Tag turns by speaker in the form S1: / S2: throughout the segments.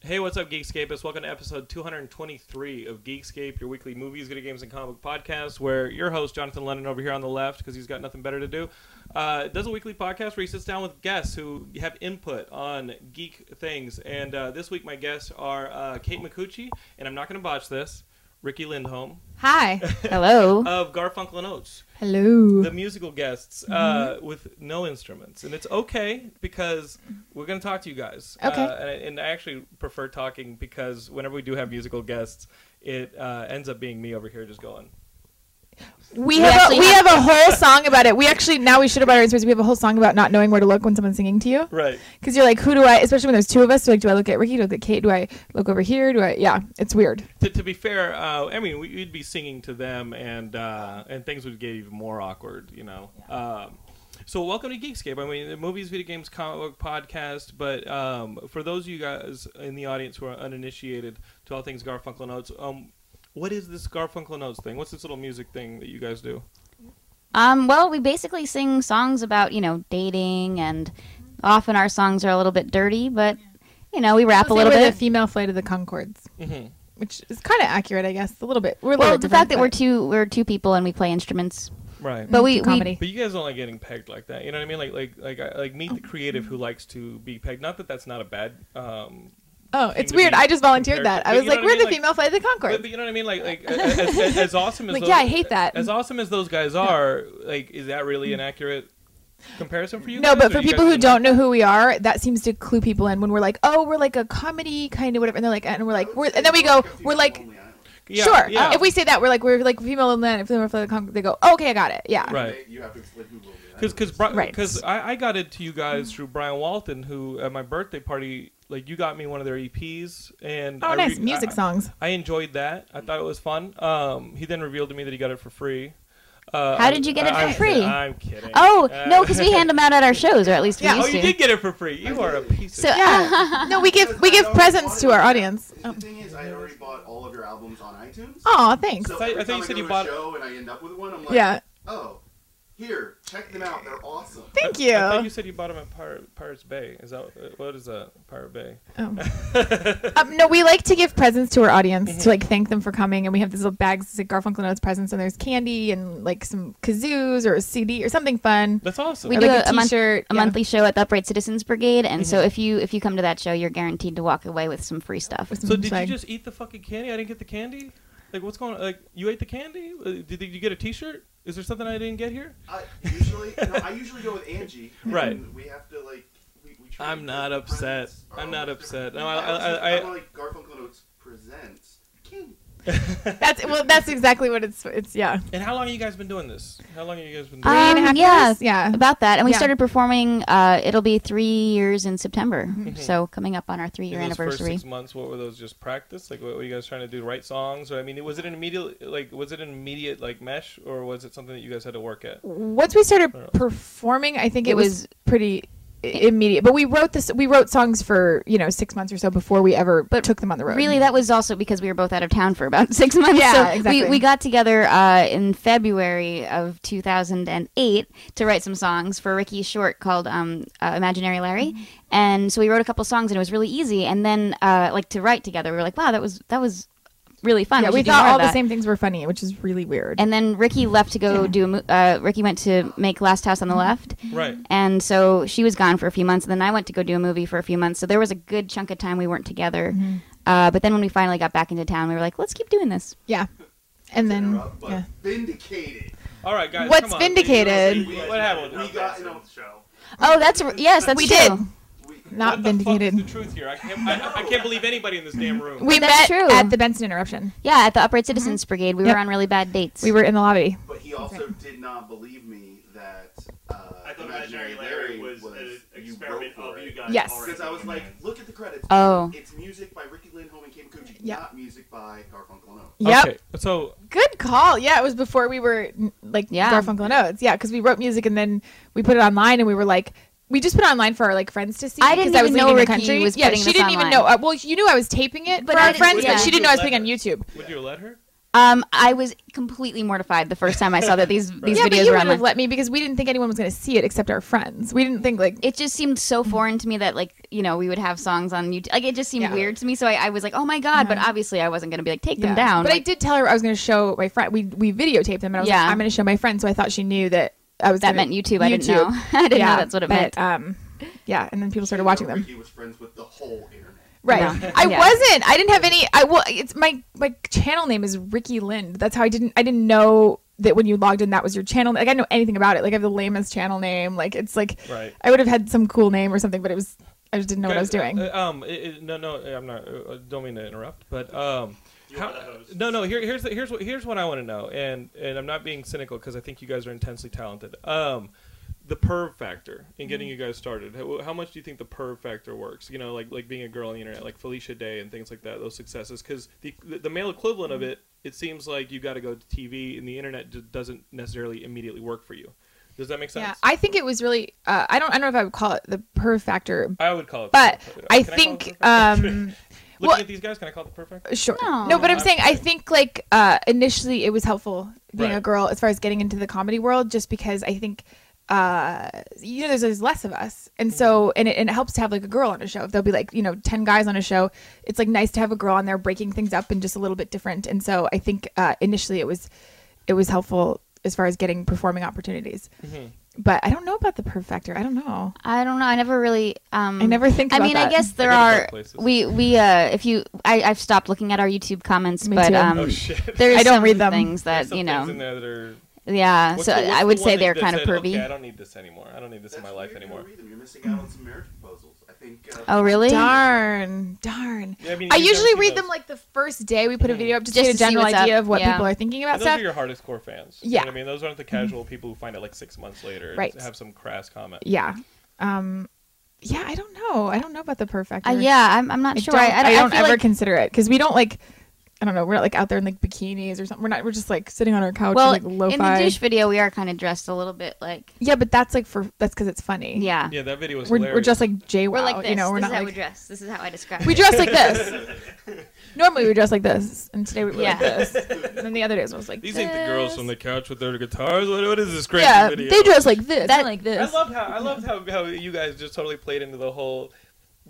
S1: Hey, what's up, Geekscapists? Welcome to episode 223 of Geekscape, your weekly movies, video games, and comic book podcast, where your host, Jonathan Lennon, over here on the left, because he's got nothing better to do, uh, does a weekly podcast where he sits down with guests who have input on geek things. And uh, this week, my guests are uh, Kate McCucci, and I'm not going to botch this, Ricky Lindholm
S2: Hi. Hello.
S1: of Garfunkel and Oates.
S2: Hello.
S1: the musical guests uh, with no instruments, and it's okay because we're gonna talk to you guys.
S2: Okay.
S1: Uh, and, I- and I actually prefer talking because whenever we do have musical guests, it uh, ends up being me over here just going.
S2: we have a, we have a whole song about it. We actually now we should have brought our instruments. We have a whole song about not knowing where to look when someone's singing to you
S1: Right.
S2: because you're like, who do I? Especially when there's two of us, you're like, do I look at Ricky? Do I look at Kate? Do I look over here? Do I? Yeah, it's weird.
S1: To, to be fair, uh, I mean we, we'd be singing to them, and uh, and things would get even more awkward, you know. Um, so welcome to Geekscape. I mean, the movies, video games, comic book podcast. But um, for those of you guys in the audience who are uninitiated to all things Garfunkel and Oates, um, what is this Garfunkel and Oates thing? What's this little music thing that you guys do?
S3: Um, well, we basically sing songs about, you know, dating, and often our songs are a little bit dirty, but, you know, we rap a little
S2: We're
S3: bit.
S2: The female flight of the Concords,
S1: Mhm.
S2: which is kind of accurate, I guess, a little bit. We're a
S3: well,
S2: little
S3: the
S2: different,
S3: fact that we're
S2: but-
S3: two we're two people and we play instruments,
S1: Right.
S3: but we,
S2: It's a
S3: we
S2: comedy.
S1: But you guys don't like getting pegged like that. You know what I mean? Like like like I- like meet the creative who likes to be pegged. Not that that's not a bad. Um,
S2: oh, it's
S1: to
S2: weird.
S1: be
S2: I just volunteered
S1: compared
S2: that.
S1: to-
S2: I
S1: but
S2: was
S1: you know what
S2: like,
S1: I
S2: we're
S1: mean?
S2: the
S1: Like-
S2: femel flight of the Concords.
S1: but, but you know what I mean? Like like a- as, as, as awesome as
S2: Like,
S1: those,
S2: yeah, I hate that.
S1: As awesome as those guys are, like is that really an accurate comparison for you?
S2: No,
S1: guys,
S2: but
S1: or
S2: for
S1: you guys
S2: people who
S1: didn't
S2: don't
S1: like
S2: know who we are, that seems to clue people in when we're like, oh, we're like a comedy kind of whatever, and they're like, and we're like, we're, and then we go, we're like,
S1: that? Yeah,
S2: sure.
S1: yeah.
S2: If we say that, we're like, we're like female and then if they're from the Congo, they go, oh, okay, I got it. Yeah.
S1: Right.
S4: You have to explain who Lonely Island
S1: because because
S2: Right.
S1: I, I got into you guys through Brian Walton, who at my birthday party, like you got me one of their EPs, and
S2: Oh,
S1: I
S2: nice
S1: re-
S2: music
S1: I-
S2: songs.
S1: I enjoyed that. I thought it was fun. Um, he then revealed to me that he got it for free. Uh,
S3: How did you get it
S1: I-
S3: for
S1: I'm
S3: free?
S1: kidding. I'm kidding.
S3: oh
S1: Uh,
S3: no, because we hand them out at our shows, or at least we
S2: Yeah.
S1: Oh,
S3: used
S1: you
S3: to.
S1: did get it for free. You
S4: I
S1: are a
S4: did.
S1: piece of.
S3: So
S2: Yeah. no, we give we give
S4: Because I already
S2: presents to
S4: bought
S2: our
S4: it.
S2: audience.
S4: The thing is, I already bought all of your albums on iTunes.
S2: Oh, thanks.
S4: So
S1: I- I
S4: every
S1: thought you
S4: time
S1: said
S4: go
S1: you
S4: to a
S1: bought-
S4: show and I end up with one. I'm like,
S2: Yeah.
S4: Oh, here, check them out. They're awesome.
S2: Thank
S1: I thought you
S2: you.
S1: said you bought them at Pir- Pirates Bay. Is that uh, what is that? Pirate Bay.
S2: Um, um, no, we like to give presents to our audience
S1: Mm-hmm.
S2: to like thank them for coming, and we have these little bags that say Garfunkel Notes presents, and there's candy and like some kazoos or a CD or something fun.
S1: That's awesome.
S3: We
S2: Or,
S3: do
S2: like,
S3: a- a month-
S2: t-shirt,
S3: a
S2: yeah. Mm-hmm.
S3: monthly show at the Upright Citizens Brigade, and so if you if you come to that show, you're guaranteed to walk away with some free stuff.
S2: with
S1: So
S2: some
S1: did you
S2: swag.
S1: just eat the fucking candy? I didn't get the candy. Like what's going? on? Like you ate the candy? Uh, Did, did you get a T-shirt? Is there something I didn't get here?
S4: I usually, no, I usually go with Angie. and
S1: Right.
S4: We have to like. We, we try
S1: I'm
S4: to
S1: not
S4: give
S1: upset.
S4: presents.
S1: I'm
S4: Oh,
S1: not
S4: it's
S1: upset.
S4: different.
S1: No, I- I-
S4: was-
S1: I-
S4: I'm like Garfunkel Notes presents. King.
S2: That's well, that's exactly what it's. It's yeah.
S1: And how long have you guys been doing this? How long have you guys been doing?
S3: Uh,
S2: Three and a half
S3: Um, yeah.
S2: years? yeah.
S3: About that, and we
S2: Yeah.
S3: started performing. Uh, it'll be three years in September,
S2: Mm-hmm.
S3: so coming up on our three year
S1: In those First
S3: anniversary.
S1: six months, what were those? Just practice? Like, what were you guys trying to do? Write songs? Or I mean, was it an immediate like was it an immediate like mesh, or was it something that you guys had to work at?
S2: once we started
S1: Or-
S2: performing, I think it,
S3: It
S2: was,
S3: was-
S2: pretty i- immediate. But we wrote this. We wrote songs for you know six months or so before we ever
S3: But
S2: took them on the road.
S3: Really, that was also because we were both out of town for about six months.
S2: Yeah,
S3: so
S2: exactly.
S3: we, we got together uh, in February of 2008 to write some songs for Ricky Short called um, uh, Imaginary Larry.
S2: Mm-hmm.
S3: And so we wrote a couple songs and it was really easy. And then, uh, like, to write together, we were like, wow, that was, that was really fun.
S2: yeah,
S3: should
S2: we
S3: do
S2: thought
S3: more of
S2: all the
S3: that.
S2: same things were funny, which is really weird.
S3: And then Ricky left to go do a mo- uh, Ricky went to make Last House on the
S2: Mm-hmm.
S3: Left.
S1: Right.
S3: And so she was gone for a few months, and then I went to go do a movie for a few months. So there was a good chunk of time we weren't together. Uh, but then when we finally got back into town, we were like, let's keep doing this.
S2: yeah, and then
S4: Interrupt, but
S2: yeah.
S4: vindicated.
S1: All right, guys.
S2: What's
S1: come on.
S2: vindicated?
S1: What happened?
S4: We got in a
S5: show.
S3: Oh, that's yes, that's
S2: We
S3: true.
S2: did.
S4: we-
S2: Not
S1: What
S2: vindicated.
S1: The, fuck is the truth here. I can't. I, I can't believe anybody in this damn room.
S2: We met
S3: That's true.
S2: at the Benson interruption.
S3: Yeah, at the Upright Citizens Brigade, we
S2: Yep.
S3: Mm-hmm. were on really bad dates.
S2: We were in the lobby.
S4: But he also did not believe me that uh,
S5: I thought Imaginary Larry was an
S4: you
S5: experiment
S4: wrote
S5: of
S4: for
S5: you
S4: it.
S5: guys.
S2: Yes.
S5: already
S4: Because I was
S5: doing
S4: like,
S5: that.
S4: look at the credits.
S3: Oh.
S4: It's music by Ricky Lindholm and Kim Kuji,
S2: Yeah.
S4: not music by Garfunkel and Oates.
S2: Yep.
S1: Okay, so
S2: Good call. Yeah, it was before we were n- like
S3: Yeah.
S2: Garfunkel and Oates. Yeah, because we wrote music and then we put it online, and we were like, we just put it online for our like friends to see.
S3: I didn't
S2: 'cause
S3: even know
S2: leaving the
S3: Ricky
S2: country.
S3: was
S2: yeah,
S3: putting
S2: she
S3: this
S2: didn't even
S3: online.
S2: know. Uh, well, you knew I was taping it
S3: But
S2: for
S3: I
S2: our
S3: didn't-
S2: friends,
S3: yeah.
S2: but she didn't know I was putting it on YouTube.
S1: would you let her?
S2: Uh,
S3: Um, I was completely mortified the first time I saw that these these
S2: yeah, but
S3: videos
S2: you
S3: were
S2: would
S3: online.
S2: have let me because we didn't think anyone was going to see it except our friends. We didn't think like
S3: it just seemed so foreign to me that like you know we would have songs on YouTube. Like it just seemed
S2: Yeah.
S3: weird to me. So I, I was like, oh my god! But obviously I wasn't gonna be like take them
S2: Yeah.
S3: down.
S2: But I
S3: Like,
S2: did tell her I was going to show my friend. We we videotaped them, and I was
S3: Yeah.
S2: like, I'm going to show my friend. So I thought she knew that I was.
S3: that
S2: gonna-
S3: meant YouTube. I didn't know. I didn't
S2: Yeah,
S3: know that's what it
S2: but,
S3: meant.
S2: Um, yeah, and then people started
S4: You know,
S2: watching them.
S4: Ricky was friends with the whole internet.
S2: Right.
S3: No.
S2: I
S3: Yeah.
S2: wasn't. I didn't have any. I well, it's my my channel name is Ricky Lind. That's how I didn't. I didn't know that when you logged in, that was your channel. Like I didn't know anything about it. Like I have the lamest channel name. Like it's like
S1: Right.
S2: I would have had some cool name or something, but it was I just didn't know what I
S1: Guys,
S2: was doing.
S1: uh, um, it- it- no, no, I'm not. uh, uh, Don't mean to interrupt, but um,
S5: You
S1: how-
S5: are the host.
S1: no, no. Here, here's the, here's what here's what I want to know, and and I'm not being cynical because I think you guys are intensely talented. Um, the perv factor in getting you
S2: Mm-hmm.
S1: guys started. How, how much do you think the perv factor works? You know, like like being a girl on the internet, like Felicia Day and things like that. Those successes, because the the male equivalent
S2: Mm-hmm.
S1: of it, it seems like you got to go to TV, and the internet just doesn't necessarily immediately work for you. Does that make sense?
S2: Yeah, I think it was really. Uh, I don't. I don't know if I would call it the per factor,
S1: I, would call it.
S2: but
S1: perv.
S2: I
S1: Can call it
S2: think.
S1: perv?
S2: um
S1: Looking
S2: well- Mm.
S1: at these guys, can I call it the perv factor?
S2: Sure.
S3: No.
S2: No, but I'm
S1: I'm
S2: saying I
S1: kidding.
S2: think like uh, initially it was helpful being a
S1: Right.
S2: girl as far as getting into the comedy world, just because I think uh, you know there's, there's less of us, and so and it, and it helps to have like a girl on a show. If there'll be like you know ten guys on a show, it's like nice to have a girl on there breaking things up and just a little bit different. And so I think uh, initially it was it was helpful as far as getting performing opportunities. But I don't know about the perfector. I don't know.
S3: I don't know. I never really. Um,
S2: I never think
S3: I
S2: about
S3: mean, I
S2: that.
S3: guess
S1: I
S3: there
S1: go to
S3: are.
S1: dark places.
S3: We we uh, if you, I, I've stopped looking at our YouTube comments,
S2: Me
S3: but
S2: too.
S3: um,
S1: Oh shit.
S3: there's
S2: I don't
S3: some
S2: read them.
S3: things that
S1: There's some
S3: you
S1: things in there
S3: know.
S1: that are-
S3: Yeah,
S1: What's
S3: so
S1: the- what's
S3: I
S1: the
S3: would
S1: one
S3: say
S1: that-
S3: they're
S1: that
S3: kind of
S1: said,
S3: pervy.
S1: Okay, I don't need this anymore. I don't need this in my life
S4: weird, you
S1: anymore.
S4: don't read them. You're missing out on some marriage proposals. I think. Uh,
S3: oh really?
S2: Darn, darn.
S1: Yeah, I mean,
S2: I
S1: you
S2: usually
S1: don't see
S2: read
S1: those.
S2: them like the first day we put a video up just,
S3: Mm-hmm.
S2: to get
S3: Just to
S2: a
S3: see
S2: general
S3: what's up.
S2: idea of what
S3: Yeah.
S2: people are thinking about
S1: And those
S2: stuff.
S1: are your hardest core fans. You know
S2: Yeah. Mm-hmm.
S1: what I mean, those aren't the casual people who find it like six months later. and
S2: Right.
S1: Have some crass comment.
S2: yeah. Um, yeah, I don't know. I don't know about the perfect.
S3: Uh, yeah, I'm, I'm not
S2: I
S3: sure.
S2: don't, I
S3: feel
S2: don't ever
S3: like-
S2: consider it because we don't like. I don't know. We're not like out there in like bikinis or something. We're not. We're just like sitting on our couch.
S3: well,
S2: and, like,
S3: in the
S2: lo-fi.
S3: douche video, we are kind of dressed a little bit like
S2: yeah, but that's like for that's because it's funny.
S3: yeah.
S1: Yeah, that video was
S2: we're,
S1: hilarious.
S2: we're just like JWoww.
S3: We're like this.
S2: You know, we're not
S3: this is how
S2: like
S3: we dress. This is how I describe.
S2: we
S3: it.
S2: dress like this. Normally we dress like this, and today we were like
S3: Yeah.
S2: this. And then the other days I was like,
S1: These ain't the girls from the couch with their guitars. What, what is this crazy
S2: yeah,
S1: video?
S2: they dress like this.
S3: That-
S2: and like this.
S1: I loved how I loved how, how you guys just totally played into the whole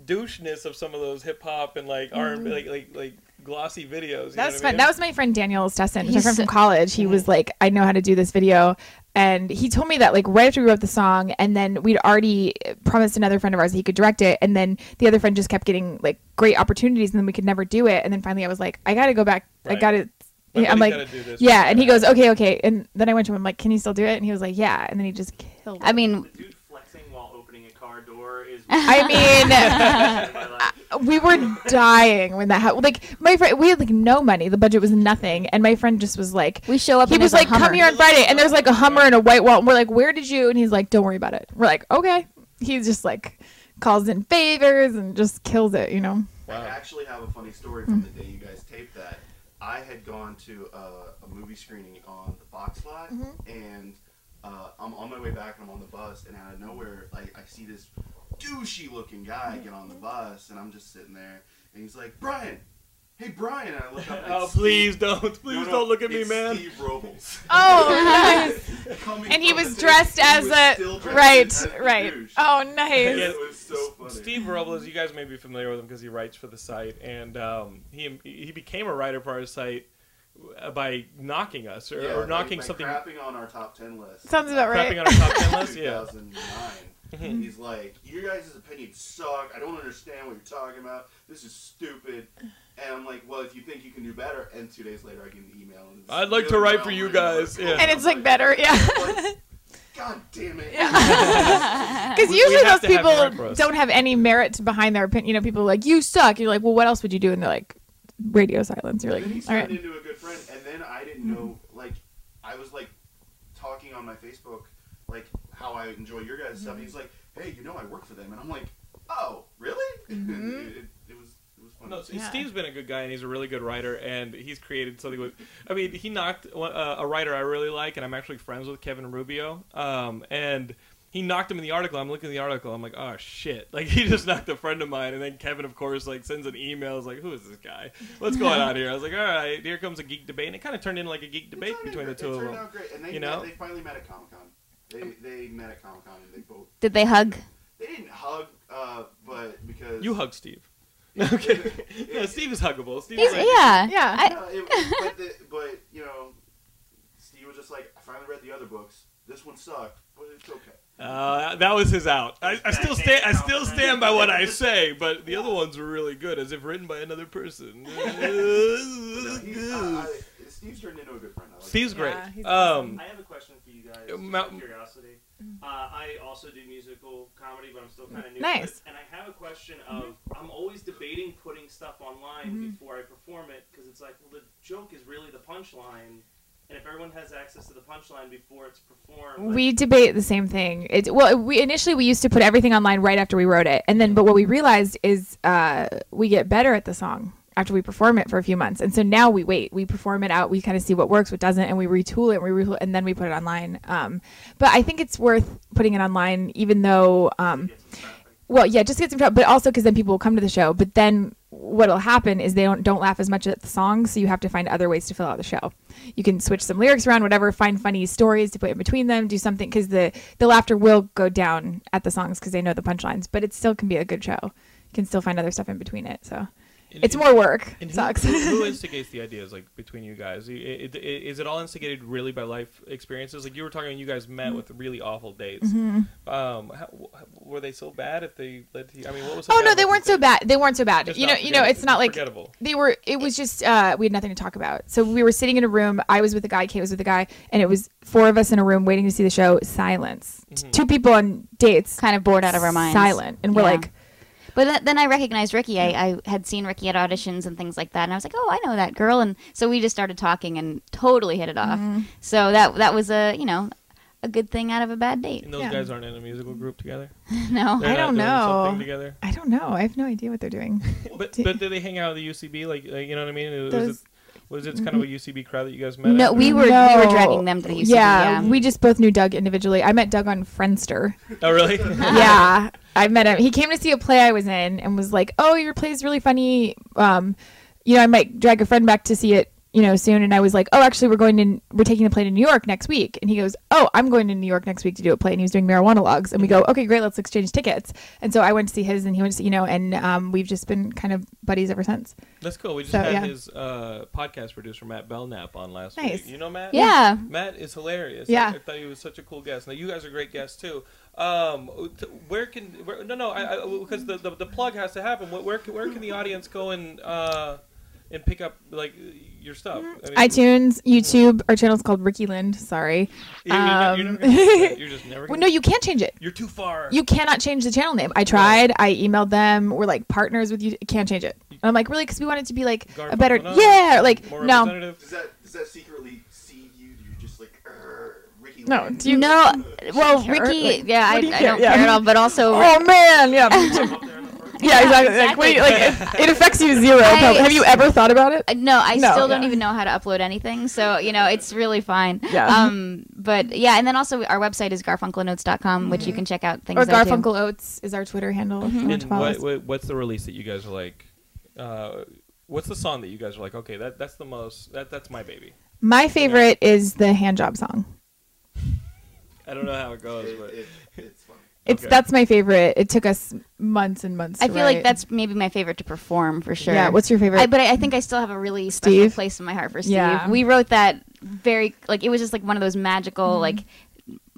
S1: doucheness of some of those hip hop and like R
S2: Mm-hmm.
S1: and like like like glossy videos. you know
S2: That was
S1: what I
S2: fun.
S1: mean?
S2: That was my friend Daniel Stessen, my
S3: He's
S2: friend
S3: so-
S2: from college. He was like, I know how to do this video. And he told me that like right after we wrote the song, and then we'd already promised another friend of ours that he could direct it, and then the other friend just kept getting like great opportunities, and then we could never do it. And then finally, I was like, I gotta go back. I
S1: Right.
S2: gotta.
S1: My
S2: I'm
S1: buddy's
S2: like,
S1: gotta do this.
S2: yeah. And he goes, okay, okay. And then I went to him, I'm like, can you still do it? And he was like, yeah. And then he just killed. It.
S3: I mean,
S5: The dude flexing while opening a car door is.
S2: I mean,
S5: my life.
S2: we were dying when that happened. Like my friend, we had like no money. The budget was nothing, and my friend just was like,
S3: we show up.
S2: he
S3: and
S2: was
S3: there's
S2: like,
S3: a Hummer.
S2: "Come here on Friday," and there's like a Hummer and a white wall. And we're like, "Where did you?" And he's like, "Don't worry about it." We're like, "Okay." He just like calls in favors and just kills it, you know.
S1: Wow.
S4: I actually have a funny story from the day you guys taped that. I had gone to uh, a movie screening on the Fox lot,
S2: Mm-hmm.
S4: and uh, I'm on my way back, and I'm on the bus, and out of nowhere, like I see this douchey-looking guy
S2: Mm-hmm.
S4: get on the bus, and I'm just sitting there, and he's like, "Brian, hey Brian," and I look up.
S1: Oh
S4: it's
S1: please
S4: Steve-
S1: don't please
S4: No, no,
S1: don't look at me,
S4: it's
S1: man.
S4: Steve Robles.
S2: Oh,
S4: Coming
S2: and he
S4: from
S2: was
S4: the-
S2: dressed
S4: he
S2: as
S4: was still
S2: a
S4: dressed
S2: right,
S4: as a
S2: right.
S4: douche.
S2: Oh, nice.
S1: Yeah.
S4: It was so funny.
S1: Steve Robles, you guys may be familiar with him because he writes for the site, and um, he he became a writer for our site uh, by knocking us or,
S4: Yeah,
S1: or
S4: like-
S1: knocking
S4: like
S1: something,
S4: Crapping on our top ten list.
S2: Sounds about
S1: crapping
S2: right.
S1: on our top ten list. Yeah, Mm-hmm.
S4: 2009. He's like, "Your guys' opinions suck. I don't understand what you're talking about. This is stupid." And I'm like, "Well, if you think you can do better," and two days later, I get an email. And it's
S1: I'd like to
S4: really
S1: write for you
S4: well-written
S1: guys,
S4: article.
S1: yeah.
S2: And it's like better, yeah.
S4: Like, God damn it!
S2: Because
S1: We- we
S2: usually
S1: have
S2: those
S1: to have
S2: people
S1: merit for us.
S2: don't have any merit behind their opinion. You know, people are like, "You suck." You're like, "Well, what else would you do?" And they're like, "Radio silence." You're
S4: And then he
S2: like, "All
S4: turned
S2: right." Mm-hmm.
S4: into a good friend, and then I didn't know, like, I was like talking on my Facebook, like how I enjoy your guys' stuff. And
S2: Mm-hmm.
S4: he's like, "Hey, you know, I work for them," and I'm like, "Oh, really?"
S2: Mm-hmm.
S4: it, it, it was it was funny.
S1: No, so
S2: Yeah.
S1: Steve's been a good guy and he's a really good writer, and he's created something with. I mean, he knocked uh, a writer I really like, and I'm actually friends with Kevin Rubio. Um, and he knocked him in the article. I'm looking at the article. I'm like, oh shit! Like he just knocked a friend of mine. And then Kevin, of course, like sends an email. Is like, who is this guy? What's going on here? I was like, all right, here comes a geek debate, and it kind of turned into like a geek debate between the two of them.
S4: great. And they,
S1: you know?
S4: met, they finally met at Comic Con.
S2: Um,
S4: They, they met at Comic Con and they both
S3: Did they hug?
S4: they didn't hug, uh, but because
S1: You hug Steve. Okay, no, Steve is huggable. Steve
S3: He's,
S1: is like,
S3: yeah.
S2: Yeah.
S3: I-
S4: No, it- but, the, but you know, Steve was just like, I finally read the other books. This one sucked, but it's okay.
S1: Uh, that was his out. I, I still stand. I still stand by what I say, but the other ones were really good, as if written by another person.
S4: But no, he's, I, I, Steve's turned into a good friend. I like
S1: Steve's great.
S2: Yeah, he's
S1: um,
S5: I have a question for you guys.
S1: Uh,
S5: just
S1: Mount-
S5: out of curiosity. Uh, I also do musical comedy, but I'm still kind of new.
S2: Nice.
S5: To it. And I have a question of I'm always debating putting stuff online
S2: Mm-hmm.
S5: before I perform it because it's like, well, the joke is really the punchline, and if everyone has access to the punchline before it's performed, like,
S2: We debate the same thing. It, well, we initially we used to put everything online right after we wrote it, and then but what we realized is uh, we get better at the song after we perform it for a few months, and so now we wait. We perform it out. We kind of see what works, what doesn't, and we retool it. We retool, and then we put it online. Um, but I think it's worth putting it online, even though. Um,
S5: it's traffic.
S2: well, yeah, just get some trouble, but also because then people will come to the show. But then what'll happen is they don't don't laugh as much at the song, so you have to find other ways to fill out the show. You can switch some lyrics around, whatever, find funny stories to put in between them, do something because the the laughter will go down at the songs because they know the punchlines. But it still can be a good show. You can still find other stuff in between it. So
S1: and-
S2: it's more work.
S1: and who-
S2: Sucks.
S1: Who, who instigates the ideas like between you guys? I- i- i- Is it all instigated really by life experiences? Like you were talking, when you guys met with really awful dates.
S2: Mm-hmm.
S1: Um, how, w- were they so bad if they led to? I mean, what was? So
S2: oh
S1: bad
S2: no, they
S1: about
S2: weren't
S1: these
S2: so
S1: dates?
S2: bad. They weren't so bad.
S1: Just
S2: you know,
S1: not
S2: you know,
S1: forgettable.
S2: it's not like
S1: forgettable.
S2: they were it was just uh we had nothing to talk about so we were sitting in a room i was with a guy kate was with a guy and it was four of us in a room waiting to see the show silence two people on dates
S3: Kind of bored out of our minds.
S2: silent and we're
S3: Yeah.
S2: like
S3: But th- then I recognized Ricky. I,
S2: Hmm.
S3: I had seen Ricky at auditions and things like that, and I was like, "Oh, I know that girl." And so we just started talking and totally hit it off.
S2: Mm-hmm.
S3: So that that was a you know a good thing out of a bad date.
S1: And those
S2: Yeah.
S1: guys aren't in a musical group together.
S3: no,
S1: They're
S2: I
S1: not
S2: don't
S1: doing
S2: know.
S1: Something together.
S2: i don't know i have no idea what they're doing
S1: But
S2: Do-
S1: but did they hang out at the UCB? Like uh, you know what I mean? Was
S2: Those- Mm-hmm.
S1: it was it kind of a UCB crowd that you guys met?
S3: no,
S1: at?
S3: we were we
S2: No.
S3: were dragging them to the UCB.
S2: yeah, we just both knew doug individually i met doug on friendster
S1: Oh really?
S2: yeah, I met him. He came to see a play I was in and was like, "Oh, your play's really funny. Um, you know, I might drag a friend back to see it, you know, soon." And I was like, "Oh, actually, we're going to we're taking the play to New York next week." And he goes, "Oh, I'm going to New York next week to do a play." And he was doing marijuana logs, and we go, "Okay, great, let's exchange tickets." And so I went to see his, and he went to see, you know, and um, we've just been kind of buddies ever since.
S1: That's cool. We just
S2: So,
S1: had
S2: yeah.
S1: his uh, podcast producer Matt Belknap on last
S2: Nice.
S1: week. You know Matt?
S3: yeah.
S1: Matt is hilarious.
S2: Yeah.
S1: I, I thought he was such a cool guest. Now you guys are great guests too. Um, t- where can where, no no I, I, because the, the the plug has to happen. Where where can, where can the audience go and uh and pick up like your stuff? I mean,
S2: iTunes, YouTube, our channel's called Ricky Lind. Sorry,
S1: you- you're not- you're
S2: um,
S1: never gonna do that. You're just never.
S2: well,
S1: Gonna,
S2: no, you can't change it.
S1: you're too far.
S2: You cannot change the channel name. I tried. I emailed them. We're like partners with you. Can't change it. And I'm like, really? Because we want it to be like a better.
S1: Garfunkel, no.
S2: Yeah. Like
S1: More
S2: no,
S1: representative?
S4: Does that does that secretly see you? Do you just like "Err, Ricky?
S2: no.
S4: Lane?"
S2: Do you
S3: no, well,
S2: care?
S3: Ricky,
S2: Like,
S3: yeah, I,
S2: what do you
S3: I
S2: care?
S3: don't
S2: Yeah.
S3: care at all. But also,
S2: Oh man, yeah, me too.
S5: up there in the first
S2: yeah, exactly. Like,
S3: exactly.
S2: wait, like it, it affects you zero.
S3: I-
S2: probably. Have you ever thought about it?
S3: Uh, No, I
S2: No,
S3: still don't
S2: yeah.
S3: even know how to upload anything. So, you know, it's really fine.
S2: Yeah.
S3: Um, but yeah, and then also our website is garfunkelnotes.com, which you can check out things
S2: Mm-hmm. Or
S3: there, too. Mm-hmm.
S2: Garfunkel Oates is our Twitter handle. If you want
S1: And
S2: to follow
S1: what,
S2: us.
S1: what, what's the release that you guys are like? Uh, what's the song that you guys are like? Okay, that that's the most. That that's my baby.
S2: My favorite is the hand job song.
S1: I don't know how it goes,
S4: It,
S1: but
S4: it, it's fun.
S2: It's
S1: Okay.
S2: that's my favorite. It took us months and months.
S3: I
S2: to
S3: feel
S2: write.
S3: like that's maybe my favorite to perform for sure.
S2: Yeah. What's your favorite?
S3: I, but I, I think I still have a really
S2: Steve?
S3: special place in my heart for Steve.
S2: Yeah.
S3: We wrote that very like it was just like one of those magical like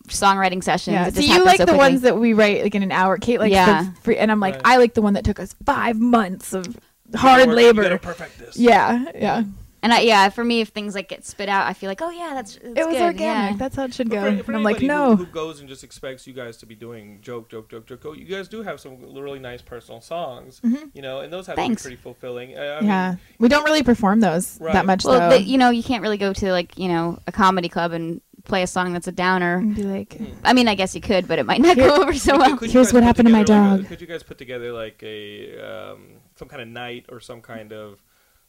S3: songwriting sessions.
S2: Yeah.
S3: It
S2: So
S3: just
S2: you
S3: happened
S2: like
S3: so
S2: the
S3: quickly.
S2: ones that we write like in an hour. Kate likes
S3: Yeah.
S2: the free, and I'm like,
S1: Right.
S2: I like the one that took us five months of
S1: You
S2: hard
S1: gotta work- You
S2: labor.
S1: gotta perfect this.
S2: Yeah, yeah.
S3: and I, yeah, for me, if things like get spit out, I feel like oh yeah, that's, that's
S2: it was
S3: good,
S2: organic.
S3: yeah.
S2: That's how it should
S1: But
S2: go.
S1: for- for
S2: and I'm like,
S1: anybody
S2: no.
S1: Who, who goes and just expects you guys to be doing joke, joke, joke, joke? oh, You guys do have some really nice personal songs, you know, and those have
S3: Thanks.
S1: to be pretty fulfilling. Uh, I
S2: Mm-hmm. yeah,
S1: mean,
S2: we don't really perform those
S1: Right.
S2: that much
S3: well,
S2: though.
S3: the, you know, you can't really go to like you know a comedy club and play a song that's a downer.
S2: and be like,
S1: Mm.
S3: I mean, I guess you could, but it might not
S2: Mm. Here-
S3: go over so well.
S1: could you
S2: Here's
S1: guys
S2: what
S1: put
S2: happened to my
S1: together, like, a-
S2: dog.
S1: could you guys put together like a um, some kind of night or some kind of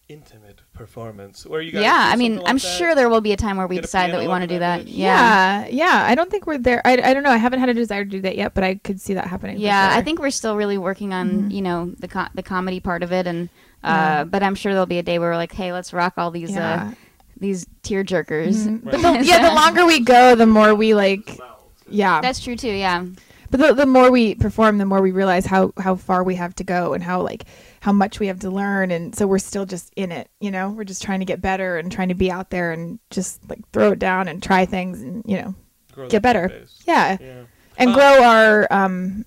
S1: intimate performance where you guys
S3: yeah,
S1: do
S3: I mean,
S1: something like
S3: I'm
S1: that?
S3: sure there will be a time where we
S1: Get a
S3: decide that we
S1: piano
S3: want to
S1: over
S3: do
S1: that
S3: that.
S1: bitch.
S3: Yeah.
S2: yeah, yeah. I don't think we're there. I, I don't know. I haven't had a desire to do that yet, but I could see that happening. for
S3: Yeah, I
S2: sure. Mm-hmm.
S3: think we're still really working on you know the co- the comedy part of it, and uh,
S2: Yeah.
S3: but I'm sure there'll be a day where we're like, hey, let's rock all these uh,
S2: Yeah.
S3: these tear jerkers.
S2: Mhm.
S1: Right.
S2: But the, yeah, the longer we go, the more we like.
S5: Ourselves.
S2: Yeah,
S3: That's true too. Yeah,
S2: but the, the more we perform, the more we realize how how far we have to go and how like how much we have to learn, and so we're still just in it. You know, we're just trying to get better and trying to be out there and just like throw it down and try things and you know
S1: Grow the fan
S2: get better.
S1: base.
S2: Yeah.
S1: yeah
S2: and
S1: Uh,
S2: grow our um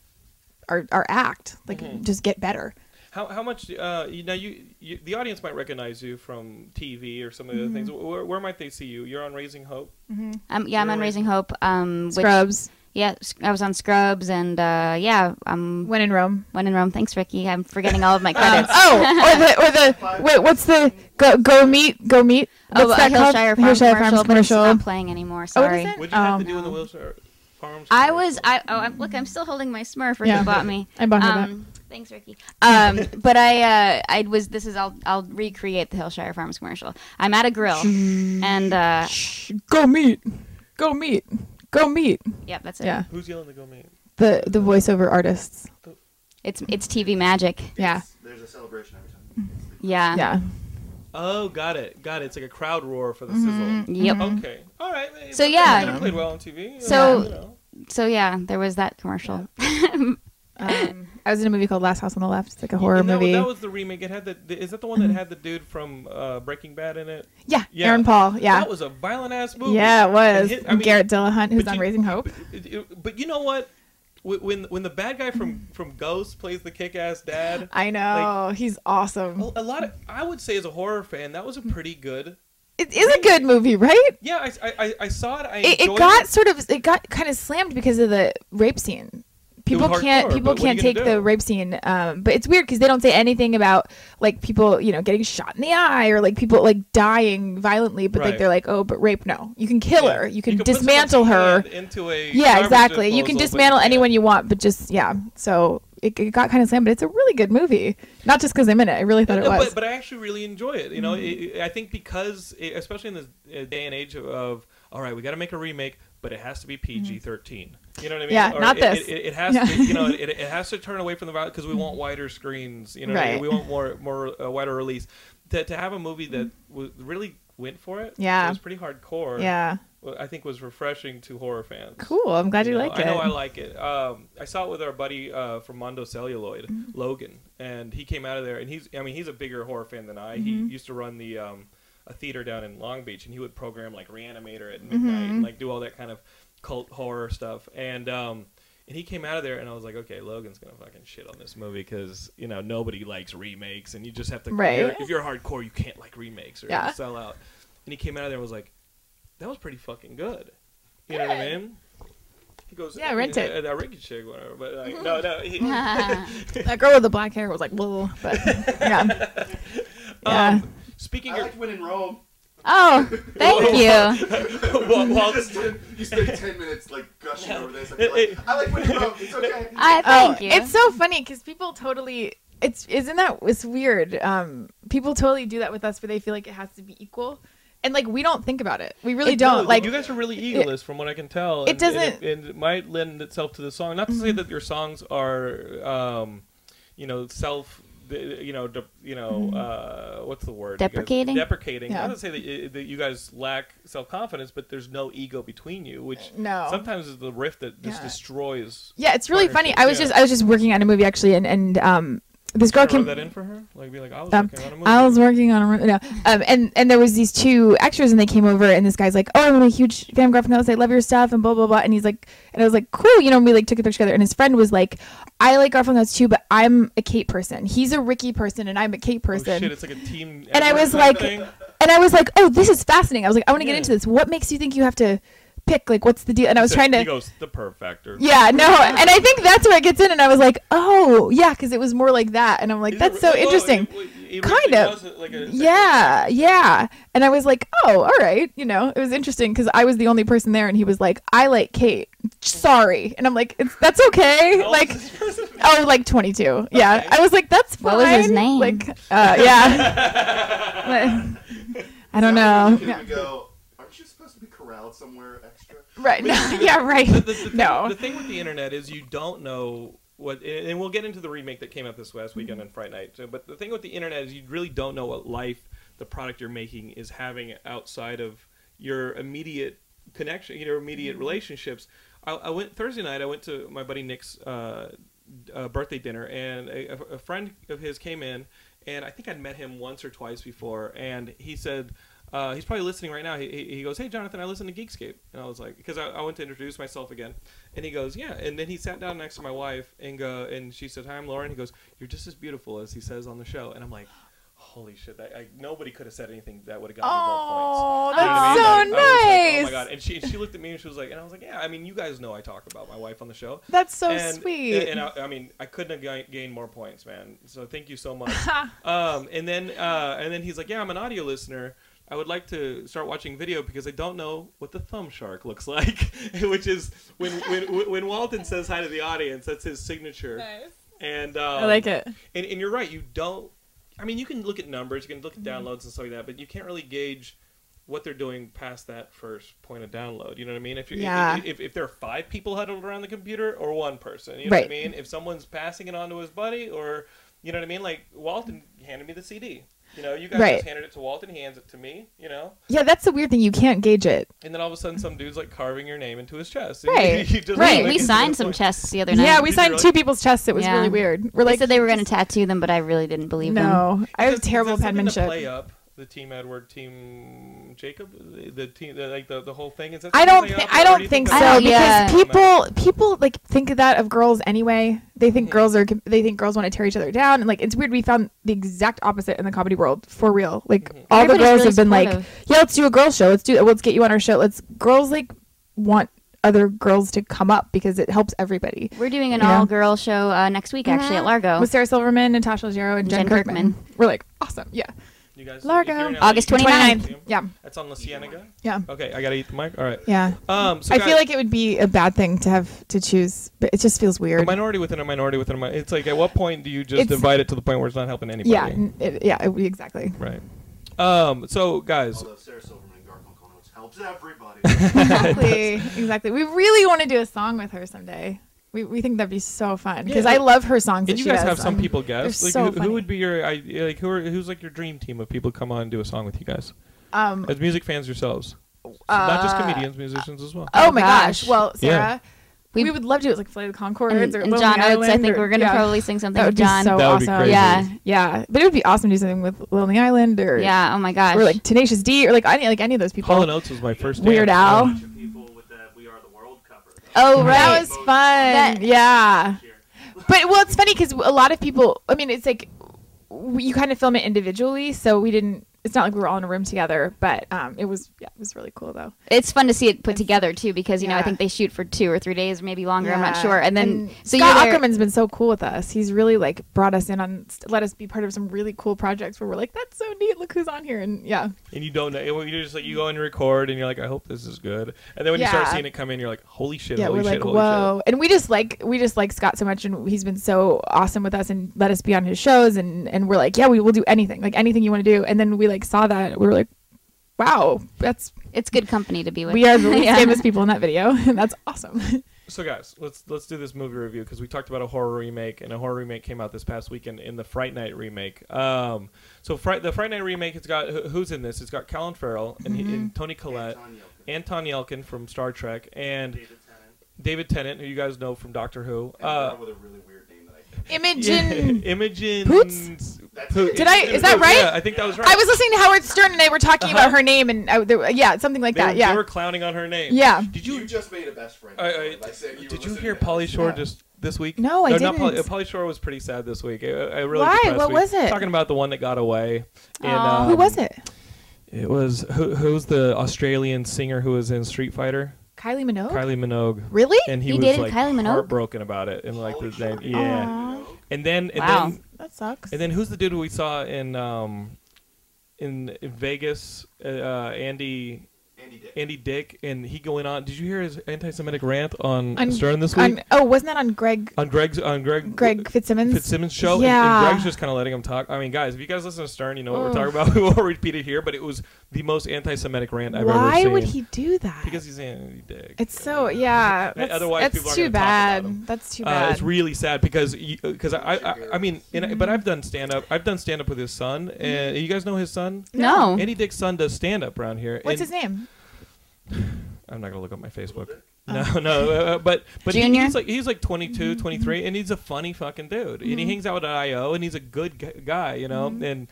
S2: our our act like
S1: Mhm.
S2: just get better
S1: How, how much uh, you know you, you the audience might recognize you from TV or some of the
S2: Mm-hmm.
S1: other things. Where, where might they see you? You're on Raising Hope.
S3: I'm yeah I'm
S1: You're
S3: on
S1: right.
S3: Raising Hope. Um, which,
S2: scrubs
S3: Yeah, Sc- I was on Scrubs, and uh, yeah, um,
S2: when in rome
S3: when in Rome. Thanks, Ricky. I'm forgetting all of my
S2: um,
S3: credits.
S2: oh or the or the wait what's the go go meet go meet what's
S3: oh,
S2: that
S3: a
S2: called
S3: Hillshire Farm
S2: Hillshire
S3: commercial,
S2: Farms
S3: but it's
S2: commercial
S3: not playing anymore.
S2: Oh, it
S3: Sorry.
S2: isn't?
S1: What did you have
S2: Oh.
S1: to do in the
S3: No.
S1: wheelchair farms?
S3: I was I oh I'm, look I'm still holding my Smurf Ricky
S2: Yeah.
S3: bought me.
S2: I bought her that.
S3: um, Thanks, Ricky. Um, but I uh, I was this is I'll I'll recreate the Hillshire Farms commercial. I'm at a grill and uh,
S2: Shh, go meet go meet go meet
S3: yeah that's it.
S2: yeah
S1: Who's yelling to go meet?
S2: the the voiceover artists
S3: It's it's TV magic.
S2: yeah
S4: There's a celebration every time. It's the-
S3: Yeah.
S2: yeah
S1: Oh, got it, got it. It's like a crowd roar for the
S2: Mm-hmm.
S1: sizzle.
S3: Yep.
S1: Okay, all right. eh,
S3: So,
S1: but
S3: yeah.
S1: it played well on TV.
S3: So-
S1: you know.
S3: So yeah, there was that commercial.
S2: um, i was in a movie called last house on the left it's like a horror
S1: And that,
S2: movie Mm-hmm.
S1: That was the remake. It had the. the- Is that the one that had the dude from uh, Breaking Bad in it?
S2: yeah,
S1: Yeah.
S2: aaron paul yeah
S1: That was a violent ass movie.
S2: yeah it was
S1: And hit- I mean,
S2: garrett dillahunt who's
S1: but
S2: on
S1: you-
S2: raising hope
S1: It- it- But you know what? Wh- When when the bad guy from from Ghost plays the kick ass dad,
S2: I know he's awesome.
S1: a a lot of I would say as a horror fan, that was a pretty good.
S2: it is a good movie, right?
S1: Yeah, I- I I, I saw it. I
S2: It, it
S1: enjoyed
S2: got sort of it got kind of slammed because of the rape scene. People
S1: was
S2: can't
S1: hardcore,
S2: people
S1: but what are
S2: can't
S1: you gonna
S2: take
S1: do?
S2: the rape scene, um, but it's weird because they don't say anything about like people you know getting shot in the eye or like people like dying violently, but
S1: Right.
S2: like they're like oh but rape no you can kill
S1: Yeah.
S2: her you can
S1: could put someone's
S2: dismantle her
S1: hand into a
S2: yeah
S1: garbage
S2: exactly you can
S1: disposal, but
S2: dismantle
S1: can't.
S2: anyone you want but just yeah so it, it got kind of slammed but it's a really good movie not just because I'm in it I really thought it
S1: No,
S2: was Mm-hmm.
S1: But, but I actually really enjoy it. You know, it, I think because, it, especially in this uh, day and age of, of all right, we got to make a remake, but it has to be PG 13. You know what I mean?
S2: Mm-hmm. Yeah, not
S1: it,
S2: this.
S1: It, it, it has
S2: Yeah. Mm-hmm.
S1: to, you know, it, it has to turn away from the violence because we want wider screens. You know, what I mean?
S2: Right.
S1: we want more more uh, wider release. To, to have a movie that w- really went for it,
S2: Mm-hmm. Yeah.
S1: it was pretty hardcore.
S2: yeah
S1: w- I think was refreshing to horror fans.
S2: cool I'm glad you,
S1: know,
S2: liked
S1: I
S2: it
S1: know I like it. Um, I saw it with our buddy uh, from Mondo Celluloid,
S2: Mm-hmm.
S1: Logan, and he came out of there, and he's—I mean, he's a bigger horror fan than I.
S2: Mm-hmm.
S1: He used to run the um, a theater down in Long Beach, and he would program like Reanimator at midnight,
S2: Mm-hmm.
S1: and, like do all that kind of cult horror stuff. And um, and he came out of there, and I was like, okay, Logan's gonna fucking shit on this movie because you know nobody likes remakes, and you just have to.
S2: Right.
S1: you're- if you're hardcore, you can't like remakes or
S2: Yeah.
S1: sell out. And he came out of there and was like, that was pretty fucking good. You know what I mean? He goes, uh,
S2: Yeah, rent it.
S1: That Ricky chick, whatever. But like, no, no. He, um,
S2: That girl with the black hair was like, whoa. But yeah. yeah.
S1: um, speaking
S4: I
S1: of
S4: liked when in Rome.
S3: oh, thank
S1: Oh.
S3: you.
S1: while, while-
S4: You spent- you spent ten minutes like gushing over this. and
S1: It-
S4: you're
S1: it-
S4: like, I like when in Rome. It's okay.
S3: I
S2: oh,
S3: thank you.
S2: it's so funny because people totally. It's isn't that it's weird. Um, people totally do that with us, where they feel like it has to be equal, and like we don't think about it. We really
S1: It
S2: don't.
S1: does.
S2: like
S1: you guys are really egolist, from what I can tell. and-
S2: It
S1: and
S2: doesn't- Mm-hmm.
S1: And, it might lend itself to the song. Not to say that your songs are, um, you know, self. You know, de- you know, uh, what's the word? You guys-
S3: Deprecating?
S1: Deprecating.
S2: Mm-hmm. Yeah.
S1: Not to say that, you- that you guys lack self confidence, but there's no ego between you, which
S2: No.
S1: sometimes is the rift that just
S2: Yeah.
S1: destroys.
S2: yeah, it's really funny.
S1: partnerships,
S2: I was
S1: yeah.
S2: just I was just working on a movie actually, and and um, this girl
S1: Should I
S2: came.
S1: rub that in for her? Like, be like, I was
S2: Um,
S1: working on a movie.
S2: I was working on a run- no, um, and and there was these two extras, and they came over, and this guy's like, "Oh, I'm a huge fan of Garfunkel. I love your stuff," and blah blah blah. And he's like, and I was like, "Cool," you know. And we like took a picture together, and his friend was like, "I like Garfunkel too, but I'm a Kate person. He's a Ricky person, and I'm a Kate
S1: Oh,
S2: person."
S1: shit, it's like a team.
S2: And I
S1: effort
S2: was like-
S1: thing.
S2: and I was like, "Oh, this is fascinating." I was like, "I want to
S1: Yeah.
S2: get into this. What makes you think you have to pick? Like, what's the deal?" And I was
S1: So
S2: trying to.
S1: He goes, the perf factor.
S2: yeah, no, and I think that's where it gets in, and I was like, "Oh, yeah," because it was more like that, and I'm like,
S1: Is
S2: "That's
S1: it-
S2: so
S1: well, it-
S2: interesting."
S1: it- it
S2: Kind
S1: really
S2: of.
S1: was like a-
S2: yeah yeah and i was like oh all right you know it was interesting because i was the only person there and he was like i like kate sorry, and I'm like, it's, that's okay.
S1: How old
S2: like,
S1: is this person?
S2: oh, like 22. Yeah,
S1: Okay.
S2: I was like, that's fine.
S3: What was his name?
S2: Like, uh, yeah. Like, I don't know.
S4: Because we go, aren't you supposed to be corralled somewhere extra?
S2: Right? No, yeah, right.
S1: the, the, the thing,
S2: no.
S1: the thing with the internet is you don't know what, and and we'll get into the remake that came out this last weekend
S2: Mm-hmm.
S1: on Fright Night. So, but the thing with the internet is you really don't know what life the product you're making is having outside of your immediate connection, your immediate relationships. I, I went Thursday night. I went to my buddy Nick's uh, uh, birthday dinner, and a, a- a friend of his came in, and I think I'd met him once or twice before, and he said. Uh, he's probably listening right now. He, he he goes, "Hey, Jonathan, I listen to Geekscape," and I was like, "Because I, I went to introduce myself again," and he goes, "Yeah." And then he sat down next to my wife and go, and she said, "Hi, I'm Lauren." He goes, "You're just as beautiful as he says on the show," and I'm like, "Holy shit! That, I, nobody could have said anything that would have gotten me more points."
S2: Oh,
S1: You know what
S2: that's
S1: I mean?
S2: so
S1: Like, I was like,
S2: nice.
S1: oh my god! And she and she looked at me and she was like, and I was like, yeah. I mean, you guys know I talk about my wife on the show.
S2: That's so
S1: and,
S2: sweet.
S1: And, I, I mean, I couldn't have ga- gained more points, man. So thank you so much. um, and then uh, and then he's like, yeah, I'm an audio listener. I would like to start watching video because I don't know what the thumb shark looks like, which is when when when Walton says hi to the audience. That's his signature. And um,
S2: I like it.
S1: and, and you're right. You don't. I mean, you can look at numbers, you can look at downloads and stuff like that, but you can't really gauge what they're doing past that first point of download. You know what I mean? If you
S2: Yeah.
S1: if, if, if there are five people huddled around the computer or one person, you know what I
S2: Right.
S1: mean? If someone's passing it on to his buddy or you know what I mean? Like Walton handed me the CD. You know, you guys
S2: Right.
S1: just handed it to Walton, he hands it to me. You know,
S2: Yeah, that's the weird thing. You can't gauge it.
S1: and then all of a sudden, some dude's like carving your name into his chest.
S2: Right.
S1: You just-
S3: Right,
S1: like,
S3: we
S1: it's
S3: signed
S1: just
S3: some
S1: like-
S3: chests the other night.
S2: Yeah, we
S1: Did you
S2: signed
S1: really?
S2: two people's chests. It was
S3: Yeah.
S2: really weird. We're
S3: They
S2: like,
S3: said they were going to tattoo them, but I really didn't believe them.
S2: no, I have
S1: Is that-
S2: terrible
S1: is that something to
S2: penmanship.
S1: Play up the team Edward, team Jacob, the, the team, the, like the, the whole thing. Is that
S2: I
S1: something
S2: don't.
S1: to play
S2: Th-
S1: up,
S2: I
S1: or
S2: don't
S1: do you
S2: think so
S1: that's
S3: I don't-
S2: because
S3: yeah.
S2: people people like think of that of girls anyway. They think girls are. They think girls want to tear each other down, and like it's weird. We found the exact opposite in the comedy world for real. Like
S1: Mm-hmm.
S2: all
S3: Everybody's
S2: the girls
S3: really
S2: have been like,
S3: supportive.
S2: "Yeah, let's do a girl show. Let's do. Let's get you on our show. Let's." Girls like want other girls to come up because it helps everybody.
S3: We're doing an
S2: Yeah. Mm-hmm.
S3: all-girl show uh, next week, actually, at Largo.
S2: With Sarah Silverman, Natasha Leggero, and Jen,
S3: Jen
S2: Kirkman.
S3: Kirkman.
S2: We're like awesome. Yeah,
S1: You guys,
S2: Largo.
S1: if you're in LA,
S3: August
S1: you can-
S3: 29th.
S2: 29th. Yeah,
S1: That's on La Cienega.
S2: yeah,
S1: Okay, I gotta eat the mic. All right.
S2: yeah.
S1: Um, so
S2: I
S1: guys,
S2: feel like it would be a bad thing to have to choose, but it just feels
S1: a
S2: weird.
S1: minority within a minority within a minority. It's like at what point do you just
S2: It's-
S1: divide it to the point where it's not helping anybody?
S2: Yeah, n- it, yeah, it- exactly.
S1: Right. Um. So guys,
S4: Although Sarah Silverman and Garfunkel notes helps everybody.
S2: Exactly, exactly. We really want to do a song with her someday. We, we think that'd be so fun because
S1: Yeah.
S2: I love her songs. that
S1: and you
S2: she
S1: guys
S2: does um,
S1: have some
S2: on-
S1: people guess.
S2: they're
S1: Like,
S2: so
S1: who, who
S2: funny.
S1: would be your idea? Like, who are who's like your dream team of people come on and do a song with you guys
S2: Um,
S1: as music fans yourselves? not just
S2: Uh,
S1: comedians, musicians as well.
S2: oh
S3: Oh,
S2: my gosh.
S3: gosh.
S2: Well,
S1: Yeah.
S2: Sarah, we,
S3: We-
S2: would love to do it like Flight of the Concords
S3: and,
S2: or
S3: and
S2: Lonely
S3: John Oates,
S2: Island
S3: I think
S2: or-
S3: we're going to
S2: yeah.
S3: probably sing something
S2: that would
S3: with John.
S2: be so
S1: That would be
S2: Oh, awesome.
S1: crazy.
S3: yeah,
S2: yeah, but it would be awesome to do something with Lonely Island or
S3: yeah. Oh my gosh.
S2: or like Tenacious D or like any like any of those people.
S1: Paul and Oates was my first.
S2: Weird
S1: dance.
S2: Al.
S5: A bunch of people with that We Are the World cover. though,
S3: oh right.
S2: That was fun.
S3: That-
S2: yeah.
S5: this year.
S2: But well, it's funny because a lot of people. I mean, it's like we, you kind of film it individually, so we didn't. It's not like we were all in a room together, but um, it was yeah, it was really cool though.
S3: it's fun to see it put together too, because you know
S2: Yeah.
S3: I think they shoot for two or three days, maybe longer. I'm not
S2: Yeah.
S3: sure. And then so
S2: Scott
S3: you're there-
S2: Ackerman's been so cool with us. He's really like brought us in on st- let us be part of some really cool projects where we're like, that's so neat. Look who's on here, and yeah,
S1: and you don't know. You're just like you go and record, and you're like, I hope this is good. And then when you start
S2: Yeah.
S1: seeing it come in, you're like, holy shit,
S2: yeah,
S1: holy
S2: we're
S1: shit,
S2: like,
S1: holy
S2: whoa. And we just like we just like Scott so much, and he's been so awesome with us, and let us be on his shows, and and we're like, yeah, we will do anything, like anything you want to do. And then we like saw that we were like, wow, that's
S3: it's good company to be with.
S2: we are the least
S3: Yeah.
S2: famous people in that video, and that's awesome.
S1: shit. So guys, let's let's do this movie review because we talked about a horror remake, and a horror remake came out this past weekend in the Fright Night remake. Um, so Fright the Fright Night remake, it's got who- who's in this? It's got Colin Farrell and, he-
S2: Mm-hmm.
S1: and Tony Collette.
S4: Anton Yelchin.
S1: Anton Yelkin from Star Trek and
S5: David Tennant.
S1: David Tennant, who you guys know from Doctor Who.
S4: And a
S1: Uh,
S4: girl with a really weird name that I can't.
S2: Imogen.
S1: Imogen.
S2: Poots?
S4: That's
S1: Poo-
S4: it.
S2: Did I- is that right?
S1: Yeah, I think that was right.
S2: I was listening to Howard Stern, and they were talking about her name, and I, there, yeah, something like
S1: Uh-huh. They
S2: that.
S1: were-
S2: yeah,
S1: They were clowning on her name.
S2: yeah.
S1: Did
S4: You,
S1: you
S4: just made a best friend.
S1: I- I-
S4: by saying were
S1: Did you
S4: listening
S1: hear
S4: to us.
S1: Polly Shore
S2: No.
S1: just this week?
S2: No, I
S1: Not Polly,
S2: didn't.
S1: Polly Shore was pretty sad this week. I, I really
S2: Why?
S1: depressed
S2: What
S1: me.
S2: was it?
S1: Talking about the one that got away. In,
S3: Aw.
S1: um,
S2: Who was it?
S1: It was who, who's the Australian singer who was in Street Fighter?
S2: Kylie Minogue.
S1: Kylie Minogue.
S2: Oh. Really?
S1: And he,
S3: He
S1: was
S3: dated
S1: like
S3: Kylie Minogue?
S1: heartbroken about it, and like the
S4: Polly
S1: thing.
S4: Shore.
S1: Yeah.
S2: Aw.
S4: You know?
S1: And then and
S3: Wow.
S1: then
S2: that sucks.
S1: and then who's the dude we saw in um in Vegas? Uh, Andy
S4: Andy Dick.
S1: Andy Dick, and he going on. Did you hear his anti-Semitic rant on
S2: On-
S1: Stern this week?
S2: On, oh, wasn't that on Greg
S1: on Greg's on Greg
S2: Greg Fitzsimmons?
S1: Fitzsimmons show, and- and,
S2: Yeah. Oh.
S1: Greg's just kind of letting him talk. I mean, guys, if you guys listen to Stern, you know what we're
S2: Ugh.
S1: talking about. we won't repeat it here, but it was the most anti-Semitic rant I've ever
S2: Why
S1: seen.
S2: would he do that?
S1: Because he's Andy Dick.
S2: it's so yeah. That's,
S1: Otherwise,
S2: that's
S1: people aren't
S2: too
S1: gonna talk about
S2: bad.
S1: him.
S2: That's too
S1: Uh,
S2: bad. Mm-hmm.
S1: it's really sad because because I, I I mean and I, but I've done stand up I've done stand up with his son and you guys know his son
S3: No.
S1: Andy Dick's son does stand up around here
S2: What's
S1: and
S2: his name?
S1: I'm not gonna look up my Facebook
S2: Oh.
S1: no no uh, but but he-
S3: Junior?
S1: he's like he's like 22
S2: Mm-hmm.
S1: 23 and he's a funny fucking dude and he hangs out with IO and he's a good gu- guy you know
S2: Mm-hmm.
S1: and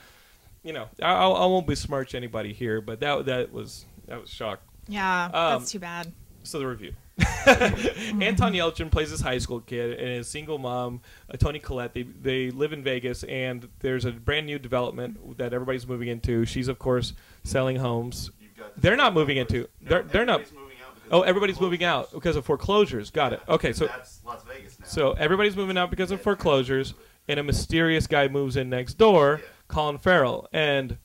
S1: you know I, I I won't besmirch anybody here but that that was that was shock
S2: Yeah,
S1: Um,
S2: that's too bad.
S1: so the review. Anton Yelchin plays this high school kid and his single mom, uh, Tony Collette. They, they live in Vegas, and there's a brand new development that everybody's moving into. She's of course selling homes.
S4: You've got
S1: They're not moving into- they're- they're not-
S4: everybody's moving out because
S1: Oh,
S4: of
S1: everybody's moving out
S4: foreclosures.
S1: because of foreclosures. Got it.
S4: Yeah,
S1: Okay, so
S4: that's Las Vegas now.
S1: so everybody's moving out because of foreclosures, and a mysterious guy moves in next door,
S4: Yeah.
S1: Colin Farrell. And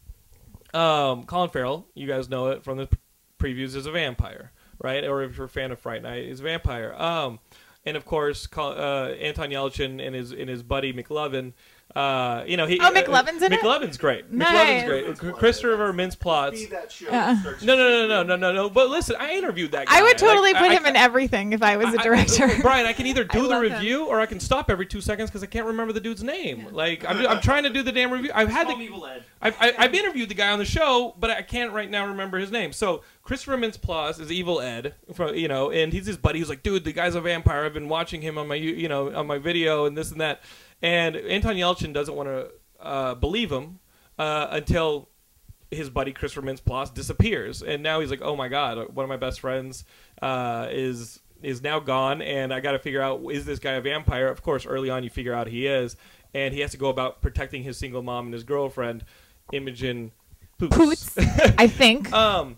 S1: um, Colin Farrell, you guys know it from the p- previews, is a vampire, right? Or if you're a fan of Fright Night, is a vampire. Um, and of course, Col- uh, Anton Yelchin and his and his buddy McLovin. Uh, you know he.
S2: Oh, McLovin's in it?
S1: McLovin's great.
S2: Nice.
S1: McLovin's great. Christopher Mintz
S4: Be
S1: Plots.
S4: that show.
S2: Uh-uh.
S4: Start
S1: No, no, no, no, no, no, no. But listen, I interviewed that guy.
S2: I would totally
S1: Like,
S2: put
S1: I-
S2: him in everything if I was a
S1: I- I-
S2: director.
S1: Brian, I can either do the
S2: love him.
S1: review or I can stop every two seconds because I can't remember the dude's name. Like I'm, I'm trying to do the damn review. I've had
S5: Call
S1: the,
S5: me Evil Ed.
S1: I've, I, I've interviewed the guy on the show, but I can't right now remember his name. So Christopher Mintz-Plasse is Evil Ed, from, you know, and he's his buddy. He's like, dude, the guy's a vampire. I've been watching him on my, you you know, on my video and this and that. And Anton Yelchin doesn't want to uh, believe him uh, until his buddy Christopher Mintz-Plasse disappears, and now he's like, oh my god, one of my best friends uh, is is now gone, and I got to figure out is this guy a vampire? Of course, early on you figure out he is, and he has to go about protecting his single mom and his girlfriend, Imogen Poots.
S2: Poots, I think.
S1: Um,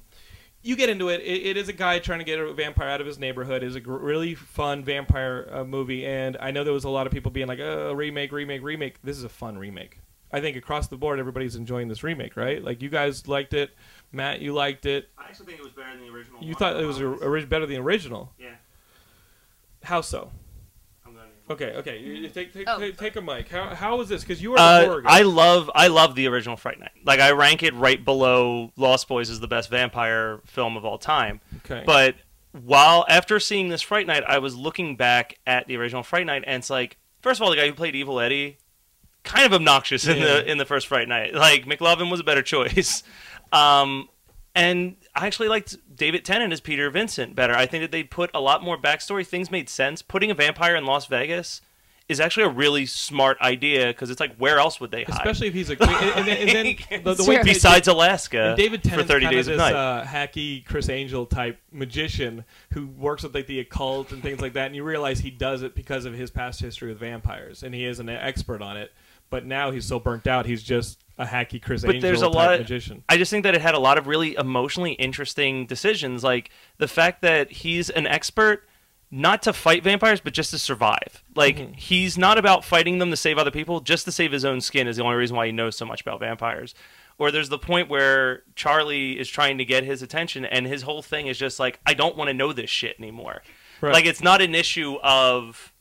S1: you get into it. it. It is a guy trying to get a vampire out of his neighborhood. It's a gr- really fun vampire uh, movie, and I know there was a lot of people being like, "Oh, remake, remake, remake." This is a fun remake. I think across the board, everybody's enjoying this remake, right? Like you guys liked it, Matt, you liked it.
S5: I actually think it was better than the original.
S6: Oh
S1: You
S5: one,
S1: thought it was a,
S5: honest.
S1: ori- better than the original.
S5: Yeah,
S1: How so?
S5: I'm gonna. name it.
S1: Okay, okay. You, you take take,
S3: Oh.
S1: take take a mic. How how was this? Because you were a
S6: Uh,
S1: horror guy.
S6: I love I love the original Fright Night. Like I rank it right below Lost Boys as the best vampire film of all time.
S1: okay.
S6: But while after seeing this Fright Night, I was looking back at the original Fright Night, and it's like, first of all, the guy who played Evil Eddie, kind of obnoxious in
S1: Yeah.
S6: the in the first Fright Night. Like McLovin was a better choice. Um, and I actually liked David Tennant as Peter Vincent better. I think that they put a lot more backstory. Things made sense. Putting a vampire in Las Vegas is actually a really smart idea because it's like, where else would they hide?
S1: especially if he's a and, and, and then the, the way
S2: Seriously.
S6: Besides Alaska,
S1: And David
S6: for
S1: Tennant's
S6: thirty
S1: kind
S6: days
S1: of
S6: of
S1: this
S6: night.
S1: uh, hacky Chris Angel type magician who works with like the occult and things like that. And you realize he does it because of his past history with vampires, and he is an expert on it. But now he's so burnt out, he's just a hacky Chris
S6: But
S1: Angel
S6: there's a
S1: type
S6: lot-
S1: magician.
S6: I just think that it had a lot of really emotionally interesting decisions, like the fact that he's an expert not to fight vampires, but just to survive. Like he's not about fighting them to save other people, just to save his own skin is the only reason why he knows so much about vampires. Or there's the point where Charlie is trying to get his attention, and his whole thing is just like, I don't want to know this shit anymore.
S1: Right.
S6: Like it's not an issue of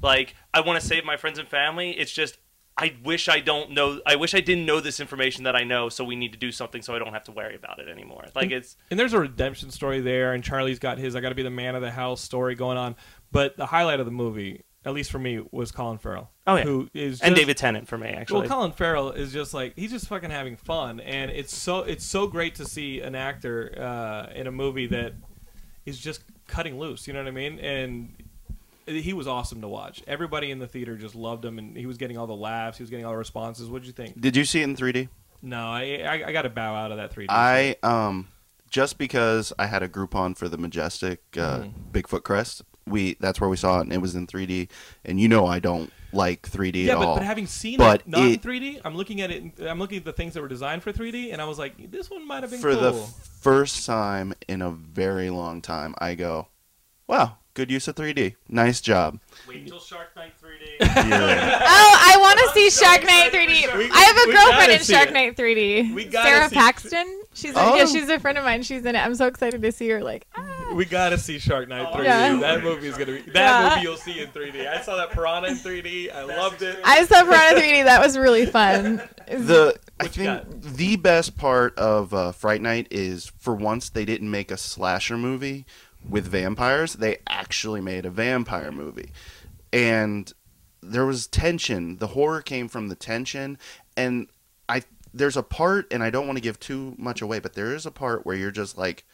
S6: like I want to save my friends and family. It's just I wish I don't know. I wish I didn't know this information that I know. So we need to do something so I don't have to worry about it anymore. Like it's
S1: And there's a redemption story there, and Charlie's got his "I got to be the man of the house" story going on. But the highlight of the movie, at least for me, was Colin Farrell.
S6: Oh, yeah.
S1: who is
S6: and
S1: just-
S6: David Tennant for me actually.
S1: Well, Colin Farrell is just like he's just fucking having fun, and it's so it's so great to see an actor uh, in a movie that is just cutting loose. You know what I mean? And he was awesome to watch. Everybody in the theater just loved him, and he was getting all the laughs. He was getting all the responses. What'd you think?
S4: Did you see it in 3D?
S1: No, I I, I got to bow out of that 3D.
S4: I um just because I had a Groupon for the majestic uh,
S1: Mhm.
S4: Bigfoot crest, we that's where we saw it, and it was in 3D. And you know I don't like 3D
S1: yeah,
S4: at
S1: but,
S4: all.
S1: but having seen
S4: But
S1: it not in
S4: it-
S1: 3D, I'm looking at it. in- I'm looking at the things that were designed for 3D, and I was like, this one might have been
S4: for
S1: cool.
S4: the first time in a very long time, I go, "Wow, good use of 3D. Nice job."
S5: Wait until Shark Night 3D.
S4: Yeah.
S2: oh, I want to see
S5: I'm so
S2: Sharknado
S5: excited for
S2: 3D.
S5: Sharknado.
S2: I have
S1: we
S2: a girlfriend
S1: gotta
S2: in
S1: see it.
S2: Sharknado 3D.
S1: We gotta
S2: Sarah
S1: see-
S2: Paxton. She's
S6: Oh.
S2: yeah, she's a friend of mine. She's in it. I'm so excited to see her. Like, ah.
S1: We gotta see Sharknado 3D.
S2: Oh, Yeah.
S1: That movie is gonna be that
S2: Yeah.
S1: movie you'll see in 3D. I saw that Piranha in 3D. I
S5: Best
S1: loved it.
S2: I saw Piranha 3D. That was really fun.
S4: The I
S1: What you
S4: think the best part of uh, Fright Night is for once they didn't make a slasher movie with vampires. They actually made a vampire movie, and there was tension. The horror came from the tension, and I there's a part, and I don't want to give too much away, but there is a part where you're just like,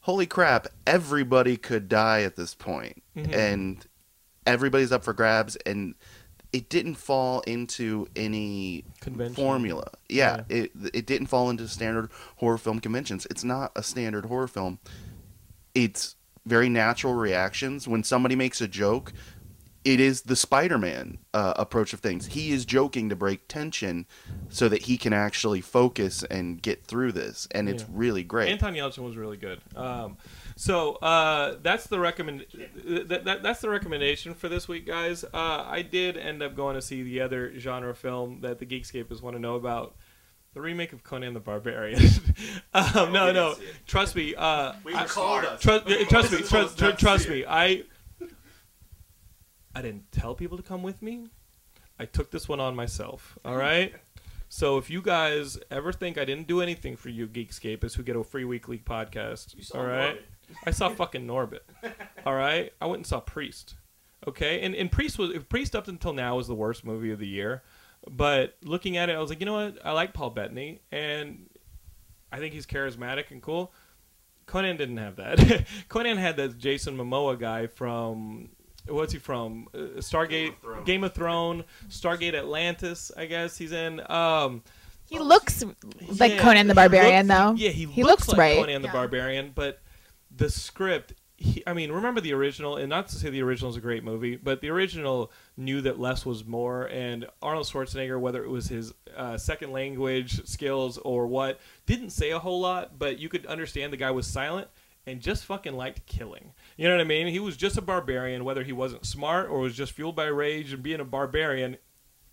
S4: "Holy crap! Everybody could die at this point,"
S1: Mhm.
S4: and everybody's up for grabs, and it didn't fall into any
S1: Convention.
S4: formula. Yeah, it it didn't fall into standard horror film conventions. It's not a standard horror film. It's very natural reactions when somebody makes a joke. It is the Spider-Man uh, approach of things. He is joking to break tension, so that he can actually focus and get through this, and it's
S1: Yeah.
S4: really great.
S1: Anton Yelchin was really good. Um, so uh, that's the recommend. That, that, that's the recommendation for this week, guys. Uh, I did end up going to see the other genre film that the Geekscape want to know about. The remake of Conan the Barbarian. um, no,
S4: we didn't
S1: no.
S4: see it.
S1: Trust me. Uh,
S4: We
S1: I-
S4: were called us.
S1: Trust,
S4: We were
S1: trust me.
S4: told
S1: Trust,
S4: not to
S1: trust
S4: see
S1: me.
S4: it.
S1: I. I didn't tell people to come with me. I took this one on myself. All right. So if you guys ever think I didn't do anything for you Geekscapists who get a free weekly podcast,
S5: You saw
S1: all right?
S5: Norbit.
S1: I saw fucking Norbit. All right? I went and saw Priest. Okay? And and Priest was Priest up until now was the worst movie of the year. But looking at it, I was like, you know what? I like Paul Bettany and I think he's charismatic and cool. Conan didn't have that. Conan had that Jason Momoa guy from what's he from? Uh, Stargate
S4: Thrones.
S1: Game of Thrones, Stargate Atlantis, I guess he's in. Um
S2: He looks like
S1: yeah,
S2: Conan the
S1: he
S2: Barbarian,
S1: looks-
S2: though.
S1: Yeah, he,
S2: he
S1: looks,
S2: looks,
S1: like
S2: right.
S1: Conan the
S2: Yeah.
S1: Barbarian, but the script. He, I mean, remember the original, and not to say the original is a great movie, but the original knew that less was more, and Arnold Schwarzenegger, whether it was his uh, second language skills or what, didn't say a whole lot, but you could understand the guy was silent and just fucking liked killing. You know what I mean? He was just a barbarian, whether he wasn't smart or was just fueled by rage and being a barbarian,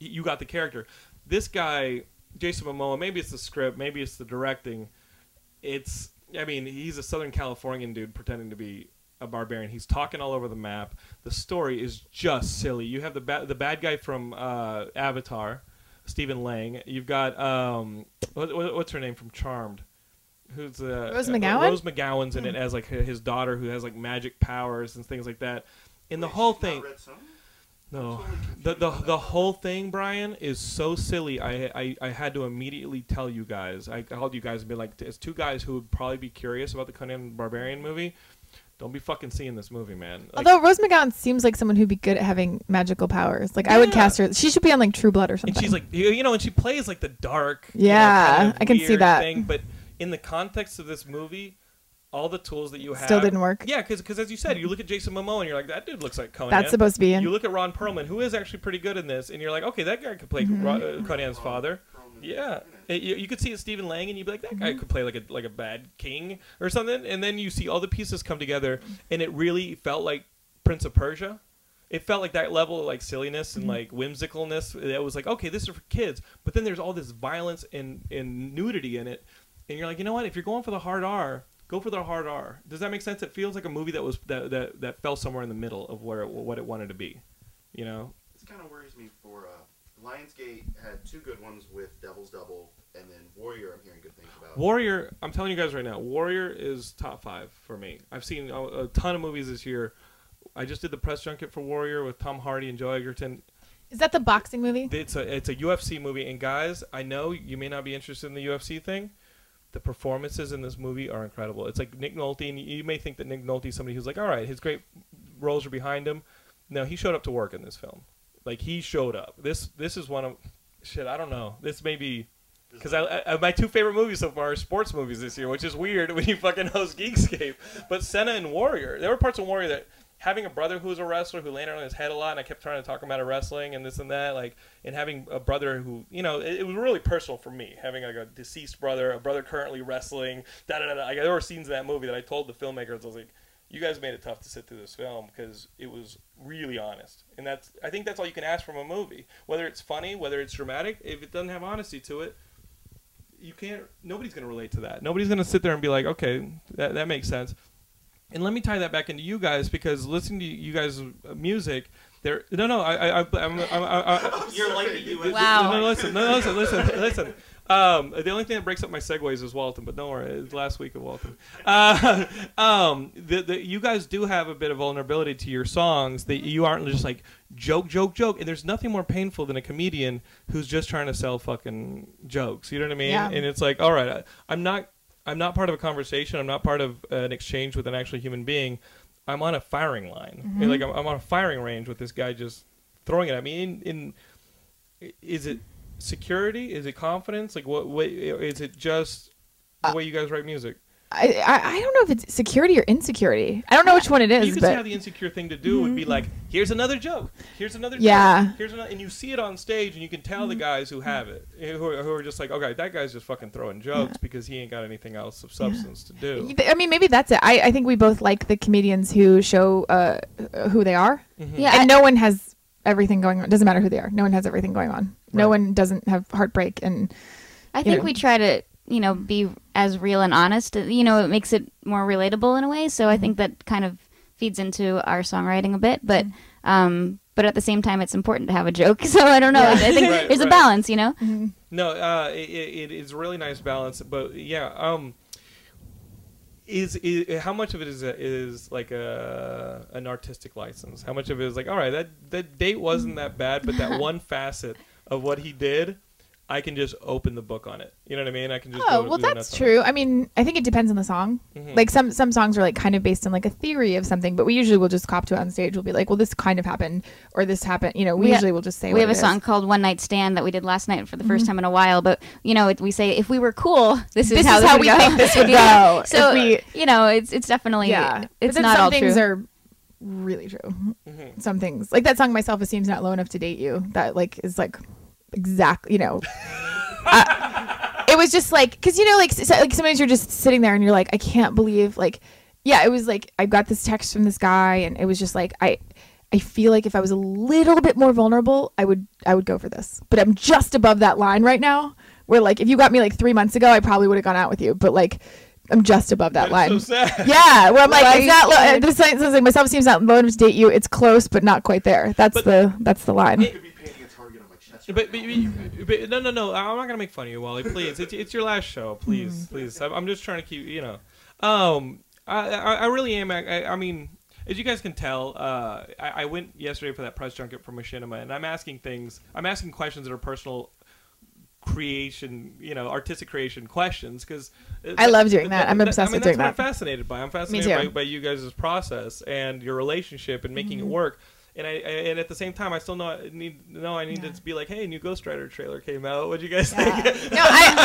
S1: y- you got the character. This guy, Jason Momoa, maybe it's the script, maybe it's the directing. It's, I mean, he's a Southern Californian dude pretending to be a barbarian. He's talking all over the map. The story is just silly. You have the ba- the bad guy from uh, Avatar, Stephen Lang. You've got um, what, what- what's her name from Charmed? Who's uh,
S2: Rose
S1: uh,
S2: McGowan? Hmm.
S1: Rose McGowan's in it as like his daughter who has like magic powers and things like that. In the
S4: Wait,
S1: whole
S4: she's not
S1: thing,
S4: Red Sonja?
S1: no, the the the whole thing, Brian, is so silly. I, I I had to immediately tell you guys. I called you guys and be like, as two guys who would probably be curious about the Conan the Barbarian movie, don't be fucking seeing this movie, man. Like,
S2: Although Rose McGowan seems like someone who'd be good at having magical powers. Like I would
S1: Yeah.
S2: cast her. She should be on like True Blood or
S1: and
S2: something.
S1: she's like, you you know, and she plays like the dark. you know,
S2: Yeah,
S1: kind of
S2: I can see
S1: weird
S2: that.
S1: Thing, but in the context of this movie. All the tools that you have
S2: Still didn't work.
S1: Yeah, because as you said, you look at Jason Momoa and you're like, that dude looks like Conan.
S2: that's supposed to be in.
S1: you look at Ron Perlman, who is actually pretty good in this, and you're like, okay, that guy could play Ro- uh, Conan's father.
S4: Perlman.
S1: Yeah, It- you, you could see it Stephen Lang, and you'd be like, that guy could play like a like a bad king or something. And then you see all the pieces come together, and it really felt like Prince of Persia. It felt like that level of like silliness and like whimsicalness. It was like, okay, this is for kids, but then there's all this violence and and nudity in it, and you're like, you know what? If you're going for the hard R. Go for the hard R. Does that make sense? It feels like a movie that was that, that, that fell somewhere in the middle of where it, what it wanted to be you know
S4: This kind of worries me for uh, Lionsgate had two good ones with Devil's Double and then Warrior. I'm hearing good things about.
S1: warrior i'm telling you guys right now warrior is top five for me i've seen a, a ton of movies this year i just did the press junket for warrior with tom hardy and joe egerton
S2: Is that the boxing movie?
S1: it's a it's a ufc movie and guys i know you may not be interested in the ufc thing the performances in this movie are incredible it's like nick nolte and you may think that nick nolte is somebody who's like all right his great roles are behind him no he showed up to work in this film like he showed up this this is one of shit i don't know this may be because I, I my two favorite movies so far are sports movies this year, which is weird when you fucking host Geekscape. But Senna and Warrior, there were parts of Warrior that having a brother who was a wrestler who landed on his head a lot, and I kept trying to talk him out of wrestling and this and that, like, and having a brother who, you know, it, it was really personal for me having like a deceased brother, a brother currently wrestling. Da da da. da. Like, there were scenes in that movie that I told the filmmakers, I was like. You guys made it tough to sit through this film because it was really honest, and that's—I think that's all you can ask from a movie. Whether it's funny, whether it's dramatic, if it doesn't have honesty to it, you can't nobody's going to relate to that nobody's going to sit there and be like okay that, that makes sense and let me tie that back into you guys because listening to you guys music there no no i i i I'm, I'm, I, I
S5: You're like a US.
S3: Wow.
S1: no, no, listen, no, no, listen, listen, listen. Um, the only thing that breaks up my segues is Walton, but don't worry, it's last week of Walton. Uh, um, the, the, you guys do have a bit of vulnerability to your songs that you aren't just like joke, joke, joke. And there's nothing more painful than a comedian who's just trying to sell fucking jokes. You know what I mean?
S2: Yeah.
S1: And it's like, all right, I, I'm not, I'm not part of a conversation. I'm not part of an exchange with an actual human being. I'm on a firing line. And, Like I'm, I'm on a firing range with this guy just throwing it at me. In, in is it security? Is it confidence? Like what? What is it? Just
S2: Uh,
S1: the way you guys write music?
S2: I, I I don't know if it's security or insecurity. I don't know which one it
S1: you
S2: is,
S1: can see how
S2: but Mm-hmm.
S1: the insecure thing to do would be like, here's another joke, here's another,
S2: Yeah. Mm-hmm.
S1: joke, here's another, and you see it on stage, and you can tell the guys who have it, who are, who are just like, okay, that guy's just fucking throwing jokes because he ain't got anything else of substance to do.
S2: I mean maybe that's it. I, I think we both like the comedians who show uh, who they are,
S1: Mm-hmm.
S3: Yeah,
S2: and
S3: I-
S2: no one has everything going on. Doesn't matter who they are. No one has everything going on.
S1: Right.
S2: No one doesn't have heartbreak, and
S3: I think
S2: know.
S3: we try to, you know, be as real and honest. You know, it makes it more relatable in a way. So I think that kind of feeds into our songwriting a bit. But,
S2: Mm-hmm.
S3: um, but at the same time, it's important to have a joke. So I don't know. I think
S1: Right,
S3: there's
S1: right.
S3: a balance, you know.
S1: No, uh, it, it, it's a really nice balance, but yeah, um, is, is how much of it is a, is like a an artistic license? How much of it is like, all right, that that date wasn't that bad, but that one facet of what he did, I can just open the book on it. You know what I mean? I can just
S2: Oh
S1: go
S2: well,
S1: do the
S2: that's
S1: nuts on it. Mm-hmm.
S2: true. I mean, I think it depends on the song. Like some some songs are like kind of based on like a theory of something, but we usually will just cop to it on stage. We'll be like, well, this kind of happened, or this happened. You know, we,
S3: We ha-
S2: usually will just say
S3: we
S2: what
S3: have a
S2: it is. Mm-hmm.
S3: song called One Night Stand that we did last night for the first time in a while. But you know, it, we say if we were cool, this is
S2: This
S3: how
S2: is
S3: this
S2: how
S3: would
S2: we
S3: go.
S2: think this would
S3: Yeah.
S2: go. If
S3: So
S2: we-
S3: you know, it's it's definitely
S2: Yeah, but
S3: it's
S2: then
S3: not
S2: some
S3: all
S2: things
S3: true.
S2: are really true.
S1: Mm-hmm.
S2: Some things like that song "My Self Esteem's Not Low Enough to Date You" that like is like exactly you know. Uh, it was just like because you know like so, like sometimes you're just sitting there and you're like I can't believe like yeah it was like I got this text from this guy and it was just like I. I feel like if I was a little bit more vulnerable, I would I would go for this. But I'm just above that line right now. Where like if you got me like three months ago, I probably would have gone out with you. But like I'm just above that,
S1: That
S2: line.
S1: is so sad.
S2: Yeah, where I'm like,
S3: Right.
S2: it's not. Lo- uh, this sentence is like, my self esteem's not low enough to date you. It's close, but not quite there. That's
S1: But-
S2: the that's the line.
S4: could be painting a target on my chest.
S1: But, but, but, but no, no, no. I'm not gonna make fun of you, Wally. Please, it's, it's your last show. Please,
S2: Mm-hmm.
S1: please. I'm, I'm just trying to keep you know. Um, I, I, I really am. I, I mean, as you guys can tell, uh, I, I went yesterday for that press junket for Machinima, and I'm asking things. I'm asking questions that are personal creation, you know, artistic creation questions uh, because
S2: I love doing that. I'm obsessed
S1: I mean,
S2: with doing
S1: that's what I'm
S2: that.
S1: fascinated by. I'm fascinated
S2: too.
S1: by, by you guys' process and your relationship and making
S2: Mm-hmm.
S1: it work. And I I- and at the same time, I still know I need know I need to be like, hey, new Ghost Rider trailer came out. What do you guys think?
S2: No, I,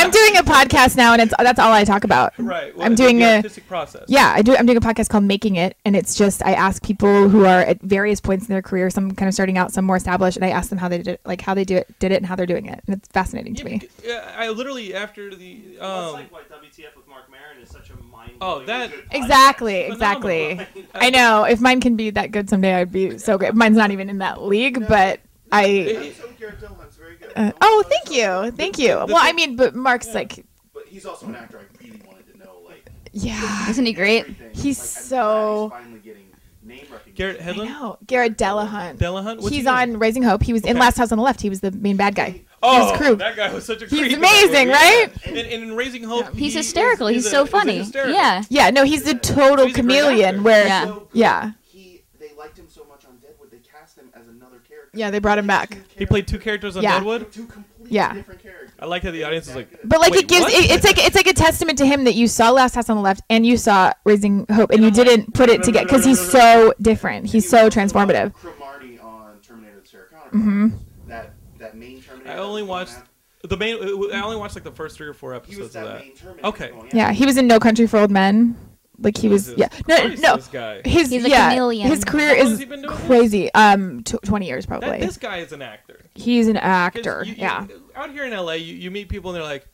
S2: I'm, I'm doing a podcast now, and it's that's all I talk about.
S1: right.
S2: I'm doing
S1: the
S2: a
S1: artistic process.
S2: yeah. I do. I'm doing a podcast called Making It, and it's just I ask people who are at various points in their career, some kind of starting out, some more established, and I ask them how they did it, like how they do it, did it, and how they're doing it, and it's fascinating
S1: Yeah,
S2: to me.
S1: because- yeah, I literally after the
S5: That's
S1: um,
S5: like why WTF with Mark Maron is such a mind.
S1: Oh, that-
S2: Exactly,
S1: Phenomenal.
S2: exactly. I know. If mine can be that good someday, I'd be so good. Mine's not even in that league, but I.
S4: That's so Garrett Dillman's very good.
S2: Uh, oh, thank you, thank you. Well, I mean, but Mark's like,
S4: But he's also an actor I really wanted to know. Like,
S2: yeah,
S3: Isn't he great?
S4: everything.
S2: He's
S4: Like, I'm
S2: so-
S4: glad he's finally getting name recognition.
S1: Garrett
S2: I
S1: Hedlund.
S2: know. Garrett Delahunt.
S1: Delahunt. What's
S2: He's
S1: he in?
S2: on Raising Hope. He was in
S1: Okay.
S2: Last House on the Left. He was the main bad guy.
S1: Oh,
S2: his crew.
S1: that guy was such a.
S2: He's
S1: creep.
S2: amazing,
S1: Yeah.
S2: right?
S1: And, and in Raising Hope,
S2: Yeah.
S3: He's
S1: he is-
S3: hysterical.
S1: is
S3: He's,
S1: a-
S3: so
S1: is a
S3: funny.
S1: hysterical.
S3: Yeah.
S2: Yeah, no, he's the total
S1: He's a great actor.
S2: chameleon. Where
S3: Yeah.
S2: yeah.
S4: So good.
S2: yeah,
S4: He, they liked him so much on Deadwood, they cast him as another character.
S2: they brought him back.
S4: Two
S1: He played two characters on
S2: Yeah.
S1: Deadwood.
S4: characters, Two completely
S2: Yeah.
S4: different characters.
S1: I like how the audience is
S4: That
S1: like,
S4: good.
S2: But like
S1: Wait,
S2: it gives
S1: what?
S2: it, it's like it's like a testament to him that you saw Last House on the Left and you saw Raising Hope and you didn't put it together because he's so different. He's
S4: He
S2: so
S4: was also on
S2: transformative.
S4: Cromartie on Terminator: The Sarah Connor.
S2: Mhm.
S4: Chronicles. That that main Terminator.
S1: I
S4: that
S1: only
S4: was going
S1: watched-
S4: after-
S1: The main. I only watched like the first three or four
S4: He
S1: episodes
S4: was
S1: of
S4: that,
S1: that.
S4: main Terminator.
S1: Okay.
S4: going
S2: Yeah,
S4: after-
S2: he was in No Country for Old Men. Like he was,
S1: Jesus
S2: yeah. No,
S1: Christ,
S2: no.
S1: This guy.
S2: His
S3: He's a
S2: yeah,
S3: chameleon.
S2: his career
S1: How long has
S2: is
S1: he been doing this?
S2: crazy. Um, tw- twenty years probably.
S1: That, this guy is an actor. 'Cause
S2: He's an
S1: you-
S2: actor.
S1: you-
S2: yeah.
S1: Out here in LA, you, you meet people and they're like,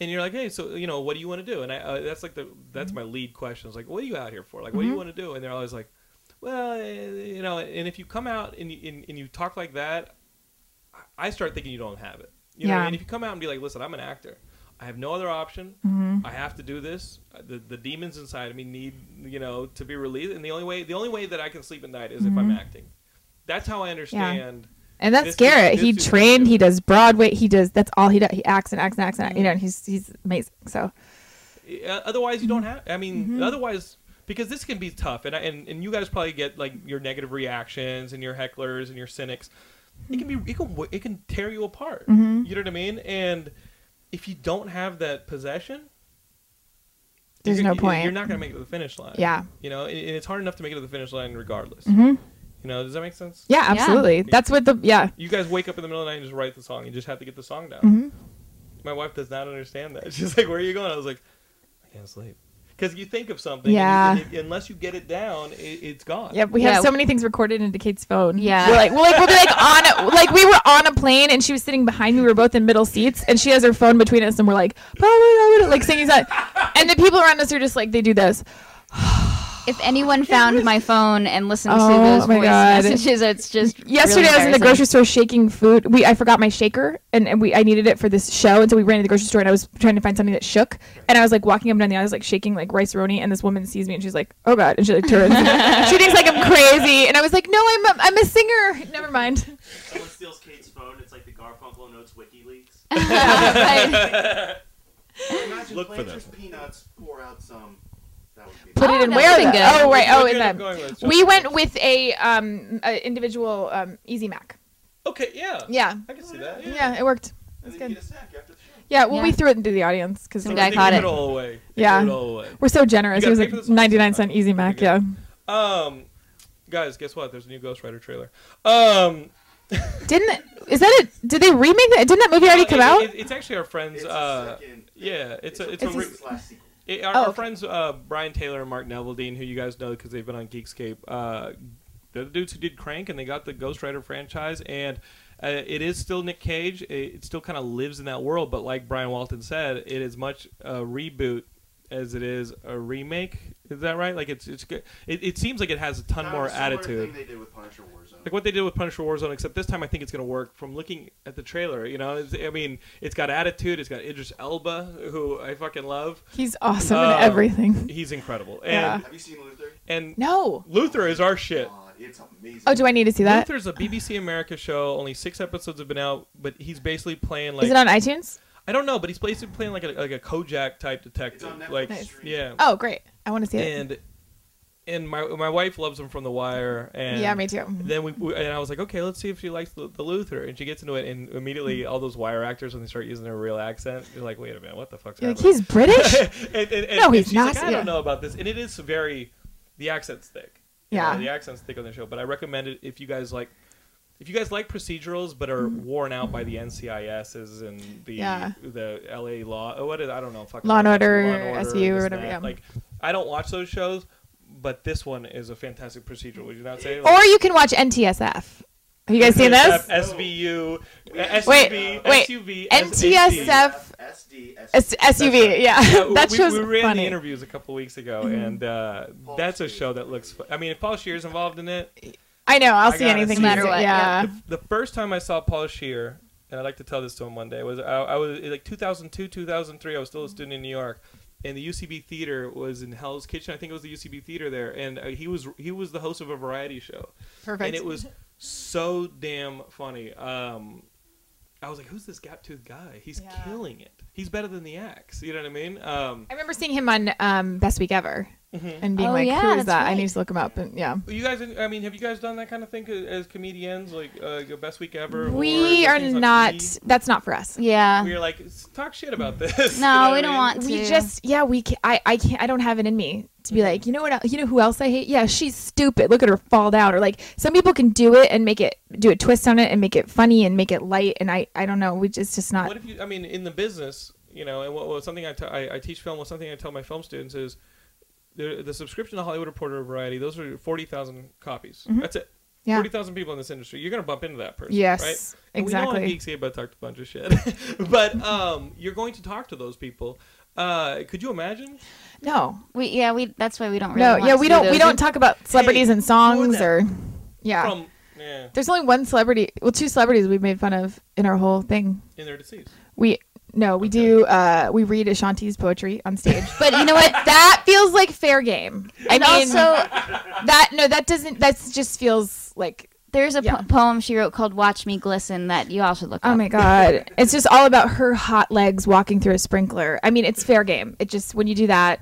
S1: and you're like, hey, so you know, what do you want to do? And I, uh, that's like the that's my lead question. It's like, what are you out here for? Like, what do
S2: Mm-hmm.
S1: you want to do? And they're always like, well, eh, you know. And if you come out and you, and, and you talk like that, I- I start thinking you don't have it. You know what I
S2: Yeah.
S1: mean? If you come out and be like, listen, I'm an actor. I have no other option.
S2: Mhm.
S1: I have to do this. The, the demons inside of me need, you know, to be released. And the only way the only way that I can sleep at night is
S2: Mm-hmm.
S1: if I'm acting. That's how I understand.
S2: And that's
S1: This is-
S2: Garrett.
S1: this
S2: he
S1: is what
S2: trained.
S1: I do.
S2: He does Broadway. He does. That's all he does. He acts and acts and acts and
S1: Mm-hmm.
S2: acts, you know. And he's he's amazing. So
S1: Uh, Otherwise, you don't
S2: Mm-hmm.
S1: have. I mean, otherwise, because this can be tough, and I, and and you guys probably get like your negative reactions and your hecklers and your cynics. It can be. It can. w- It can tear you apart.
S2: Mm-hmm.
S1: You know what I mean? And if you don't have that possession,
S2: There's
S1: you're,
S2: no
S1: you-
S2: point.
S1: You're not going to make it to the finish line.
S2: Yeah.
S1: You know, and and it's hard enough to make it to the finish line regardless.
S2: Mhm.
S1: You know, does that make sense?
S2: yeah, absolutely. That's what the yeah.
S1: You guys wake up in the middle of the night and just write the song. You just have to get the song down.
S2: Mhm.
S1: My wife does not understand that. She's like, "Where are you going?" I was like, "I can't sleep." Because you think of something, and you-
S2: Yeah.
S1: and it- unless you get it down, it, it's gone.
S2: Yeah, we
S3: Yeah.
S2: have so many things recorded into Kate's phone.
S3: Yeah.
S2: we're like, we're like, we'll be like on, a, like we were on a plane and she was sitting behind me. We were both in middle seats, and she has her phone between us, and we're like, "Blah, blah, blah, blah," like singing that, and the people around us are just like, they do this.
S3: If anyone found my phone and listened to
S2: Oh,
S3: those
S2: my
S3: voice
S2: God.
S3: messages, it's just really
S2: Yesterday, I was in the
S3: embarrassing.
S2: grocery store shaking food. We I forgot my shaker, and, and we I needed it for this show, and so we ran to the grocery store, and I was trying to find something that shook, and I was like walking up and down the aisle, I was like shaking like rice roni, and this woman sees me, and she's like, "Oh God," and she like turns, she thinks like I'm crazy, and I was like, "No, I'm a, I'm a singer." Never mind.
S5: Someone steals Kate's phone. It's like the Garfunkel notes WikiLeaks.
S3: Right.
S4: Imagine
S1: Look for
S4: Planters peanuts, pour out some. That would be
S2: Put
S3: Oh,
S2: it in
S3: that
S2: where then?
S3: would've been good.
S2: Oh right.
S1: Which
S2: Oh,
S1: one
S2: in
S1: you end up
S2: them.
S1: going with?
S2: We went with a um a individual um Easy Mac.
S1: Okay. Yeah.
S2: Yeah.
S1: I can see that.
S2: Yeah, it worked.
S4: And
S2: That's
S4: then you
S2: good.
S4: get a snack after the show.
S2: Yeah, well, we
S3: Yeah.
S2: threw it into the audience because
S3: Some
S1: They-
S3: guy
S1: they
S3: caught
S1: give
S3: it.
S1: it all away. They
S2: Yeah.
S1: give it all away.
S2: we're so generous.
S1: You
S2: It was
S1: gotta pay
S2: like
S1: for this one.
S2: 99 cent Easy Mac.
S1: Okay.
S2: Yeah.
S1: Um, guys, guess what? There's a new Ghost Rider trailer. Um,
S2: Didn't it, is that it? Did they remake that? Didn't that movie already come
S1: uh, it-
S2: out?
S1: it- it's actually our friends.
S4: It's
S1: uh,
S4: a second.
S1: yeah, it's a- it's
S2: a re-
S4: slash sequel.
S1: It, our,
S2: Oh,
S1: our
S2: okay.
S1: friends uh, Brian Taylor and Mark Nevilledean, who you guys know because they've been on Geekscape, uh, they're the dudes who did Crank, and they got the Ghost Rider franchise, and uh, it is still Nick Cage. It, it still kind of lives in that world, but like Brian Walton said, it is much a reboot as it is a remake. Is that right? Like it's it's good. It, it seems like it has a ton
S4: Kind of
S1: more
S4: a similar
S1: attitude.
S4: Thing they did with Punisher Warzone.
S1: Like what they did with Punisher Warzone, except this time I think it's going to work. From looking at the trailer, you know, it's, I mean, it's got attitude. It's got Idris Elba, who I fucking love.
S2: He's awesome
S1: Uh,
S2: in everything.
S1: He's incredible.
S2: Yeah.
S1: And
S4: Have you seen Luther?
S1: and
S2: No.
S1: Luther is our shit.
S4: God, it's amazing.
S2: Oh, do I need to see that? Is
S1: Luther's a BBC America show. Only six episodes have been out, but he's basically playing like
S2: it on iTunes?
S1: I don't know, but he's basically playing like a like a Kojak type
S4: It's
S1: detective.
S4: on Netflix.
S1: Like
S2: Nice.
S1: yeah,
S2: Oh, great. I want to see it.
S1: and and my my wife loves him from The Wire. And
S2: yeah, me too.
S1: Then we, we and I was like, okay, let's see if she likes the, the Luther, and she gets into it, and immediately all those Wire actors when they start using their real accent, you're like, wait a minute, what the fuck's
S2: You're like,
S1: happening?
S2: he's British?
S1: and, and, and,
S2: No,
S1: and
S2: he's
S1: she's
S2: not.
S1: Like, I
S2: Yeah.
S1: don't know about this, and it is very the accent's thick. You
S2: Yeah.
S1: know, the accent's thick on the show. But I recommend it if you guys like if you guys like procedurals, but are worn out by the NCIS's and the
S2: Yeah.
S1: the LA law. oh, What is I don't know. Fucking
S2: Law and Order, SVU, or
S1: this and
S2: whatever,
S1: that.
S2: yeah.
S1: Like I don't watch those shows. But this one is a fantastic procedural. Would you not say?
S2: Or you can watch NTSF. Have you guys seen this?
S1: SVU, SUV,
S2: Wait, wait.
S1: SUV,
S2: NTSF
S4: SD,
S2: S- SUV, yeah. that
S1: we,
S2: show's
S1: we ran
S2: funny. Mm-hmm.
S1: the interviews a couple weeks ago, and uh,
S4: Paul
S1: that's a
S4: Scheer.
S1: show that looks. Fu- I mean, if Paul Shear's involved in it,
S2: I know. I'll
S1: I
S2: see
S1: gotta
S2: anything.
S1: see it.
S2: he's in.
S3: Matter what,
S2: Yeah.
S1: the first time I saw Paul Shear, and I'd like to tell this to him one day, was I, I was like 2002, 2003. I was still a student in New York, and the UCB theater was in Hell's Kitchen. I think it was the UCB theater there, and uh, he was he was the host of a variety show,
S2: Perfect.
S1: and it was so damn funny. Um, I was like, "Who's this gap-toothed guy? He's
S2: Yeah.
S1: killing it. He's better than the axe." You know what I mean? Um,
S2: I remember seeing him on um, Best Week Ever
S1: Mm-hmm.
S2: and being
S3: Oh,
S2: like,
S3: yeah,
S2: "Who is
S3: that's
S2: that?" I
S3: right.
S2: need to look him up. And yeah,
S1: You guys, I mean, have you guys done that kind of thing as comedians, like uh, your best week ever?
S2: we
S1: or
S2: are
S1: things on
S2: not.
S1: TV?
S2: That's not for us.
S3: Yeah.
S1: We're like, talk shit about this.
S3: No,
S1: You know
S3: we
S1: what I
S3: don't
S1: mean?
S3: want to.
S2: We just, yeah, we. Can, I, I can't. I don't have it in me to be like, you know what? el- You know who else I hate? Yeah, she's stupid. Look at her fall down. Or like, some people can do it and make it do a twist on it and make it funny and make it light. And I, I don't know. We just, just not.
S1: What if you? I mean, in the business, you know, and what, what something I, t- I I teach film. What something I tell my film students is, the, the subscription to Hollywood Reporter or Variety. Those are forty thousand copies. That's it.
S2: Mm-hmm. Yeah.
S1: Forty thousand people in this industry. You're gonna bump into that person.
S2: Yes,
S1: Right? And We know on
S2: exactly.
S1: Geeks Gabe I talked a bunch of shit, but um, you're going to talk to those people. Uh, could you imagine?
S2: no,
S3: We yeah we that's why we don't really
S2: no,
S3: want
S2: yeah,
S3: to
S2: we
S3: do
S2: don't. We
S3: those.
S2: don't talk about celebrities and songs
S1: that-
S2: or, yeah.
S1: From yeah,
S2: There's only one celebrity. Well, two celebrities we made fun of in our whole thing.
S1: in their disease.
S2: We No, we do. Uh, we read Ashanti's poetry on stage.
S3: But you know what?
S2: that feels like fair game. I
S3: And
S2: mean,
S3: also,
S2: that no, that doesn't. That just feels like.
S3: there's a po-
S2: Yeah.
S3: poem she wrote called "Watch Me Glisten" that you all should look
S2: Oh
S3: up.
S2: my god! it's just all about her hot legs walking through a sprinkler. I mean, it's fair game. It just when you do that,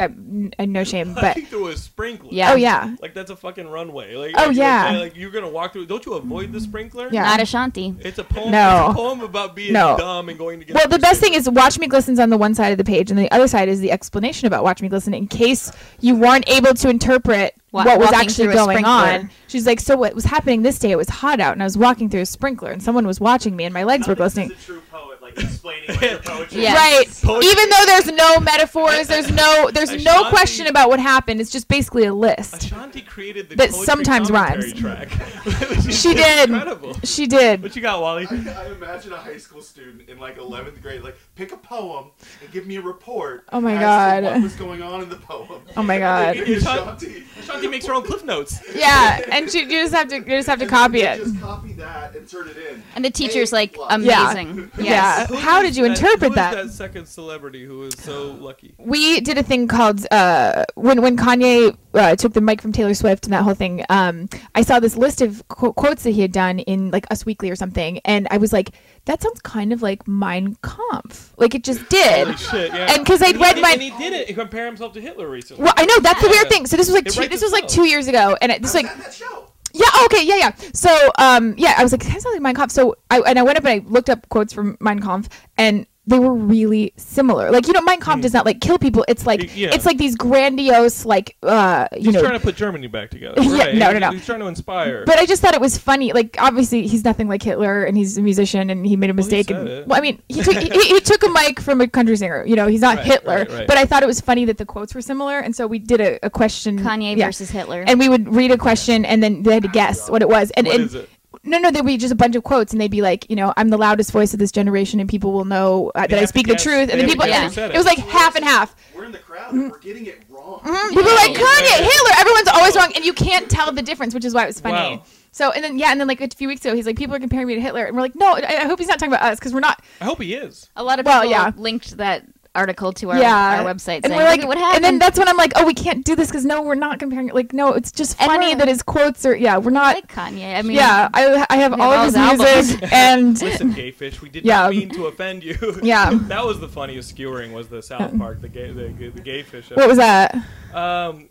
S2: uh, n- uh, no shame. But
S1: walking through a sprinkler.
S3: Yeah.
S2: oh yeah,
S1: Like that's a fucking runway. Like
S2: Oh,
S1: like,
S2: yeah.
S1: Like, you're gonna walk through. Don't you avoid the sprinkler?
S2: Yeah.
S3: Not Ashanti.
S1: It's a poem. It's
S2: No.
S1: a poem about being
S2: No.
S1: dumb and going to get.
S2: Well, the best thing is Watch Me Glisten's on the one side of the page, and the other side is the explanation about Watch Me Glisten in case you weren't able to interpret
S3: Wa-
S2: what was
S3: walking
S2: actually
S3: through a
S2: going
S3: sprinkler.
S2: on. She's like, So, what was happening this day? It was hot out, and I was walking through a sprinkler, and someone was watching me, and my legs were
S5: Not that
S2: glistening.
S5: This is a true poet, like explaining like, your poetry.
S3: Yeah.
S2: Right.
S1: Poetry.
S2: Even though there's no metaphors, there's no there's no
S1: Ashanti-
S2: question about what happened. It's just basically a list.
S1: Ashanti created the
S2: That
S1: poetry
S2: sometimes
S1: commentary
S2: rhymes.
S1: Track.
S2: She did.
S1: Incredible.
S2: She did.
S1: What you got, Wally?
S4: I, I imagine a high school student in like 11th grade, like pick a poem and give me a report.
S2: Oh my
S4: as
S2: God.
S4: To what was going on in the poem?
S2: Oh my
S1: Maybe
S2: god.
S1: Ashanti, Ashanti makes her own cliff notes.
S2: Yeah, and she, you just have to you just have to
S4: And
S2: copy
S4: then
S2: it.
S4: they Just copy that and turn it in.
S3: And the teacher's like
S4: Hey,
S2: Yeah.
S3: amazing.
S2: Yeah.
S3: Yes.
S1: Who
S2: How
S1: is
S2: did you
S1: that-
S2: interpret that?
S1: Who is that second celebrity who is so lucky?
S2: we did a thing called uh, when when Kanye uh, took the mic from Taylor Swift and that whole thing. Um, I saw this list of qu- quotes that he had done in like Us Weekly or something, and I was like, that sounds kind of like Mein Kampf. Like it just did.
S1: Holy shit! Yeah.
S2: And 'cause I'd
S1: he
S2: read
S1: did-
S2: my-
S1: And he did it. He compared himself to Hitler recently.
S2: Well, I know that's the weird
S1: Yeah.
S2: thing. So this was like
S1: It
S2: two,
S1: writes
S2: this was like
S1: itself.
S2: two years ago, and it's like
S4: that show.
S2: yeah, oh, okay, yeah, yeah. So, um, yeah, I was like, that sounds like Mein Kampf. So, I and I went up and I looked up quotes from Mein Kampf, and they were really similar. Like, you know, Mein Kampf does not like kill people. It's like
S1: Hmm. Yeah.
S2: it's like these grandiose, like, uh, you
S1: He's
S2: know.
S1: trying to put Germany back together.
S2: Yeah,
S1: Right.
S2: no, no, no.
S1: He's trying to inspire.
S2: but I just thought it was funny. Like, obviously, he's nothing like Hitler, and he's a musician, and he made a
S1: Well, he
S2: mistake.
S1: said
S2: and-
S1: it.
S2: well, I mean, he took he, he he took a mic from a country singer. You know, he's not
S1: Right,
S2: Hitler.
S1: right, right.
S2: But I thought it was funny that the quotes were similar, and so we did a, a question.
S3: Kanye
S2: yeah.
S3: versus Hitler.
S2: And we would read a question, and then they had to guess what it was. And,
S1: Ah, What
S2: and
S1: is it?
S2: No, no, there'd be just a bunch of quotes, and they'd be like, you know, I'm the loudest voice of this generation, and people will know uh,
S1: They
S2: that I
S1: have to
S2: speak the
S1: guess.
S2: truth.
S1: They
S2: And the
S1: have to
S2: people,
S1: guess
S2: yeah.
S1: who said
S2: it
S1: it.
S2: was like half and half. Mm-hmm.
S4: We're in the crowd. and We're getting it wrong.
S3: Hmm.
S2: Mm, People were like
S1: Yeah.
S2: Kanye, Hitler. Everyone's always wrong, and you can't tell the difference, which is why it was funny.
S1: Wow.
S2: So, and then yeah, and then like a few weeks ago, he's like, people are comparing me to Hitler, and we're like, no, I, I hope he's not talking about us because we're not.
S1: I hope he is.
S3: a lot of people
S2: Well, yeah.
S3: linked that article to our,
S2: yeah,
S3: our website
S2: and
S3: saying,
S2: we're like,
S3: "Look at what happened?"
S2: And then that's when I'm like, oh, we can't do this because no, we're not comparing. Like, no, it's just
S3: And
S2: funny
S3: we're-
S2: that his quotes are. Yeah, we're
S3: I
S2: not.
S3: like Kanye. I mean,
S2: yeah, I, I have
S3: we have
S2: all
S3: all
S2: of his
S3: his
S2: music and
S1: Listen, gay fish, we did
S2: Yeah.
S1: not mean to offend you.
S2: Yeah.
S1: that was the funniest skewering was the South Park, the gay, the, the gay fish.
S2: what was that?
S1: Um,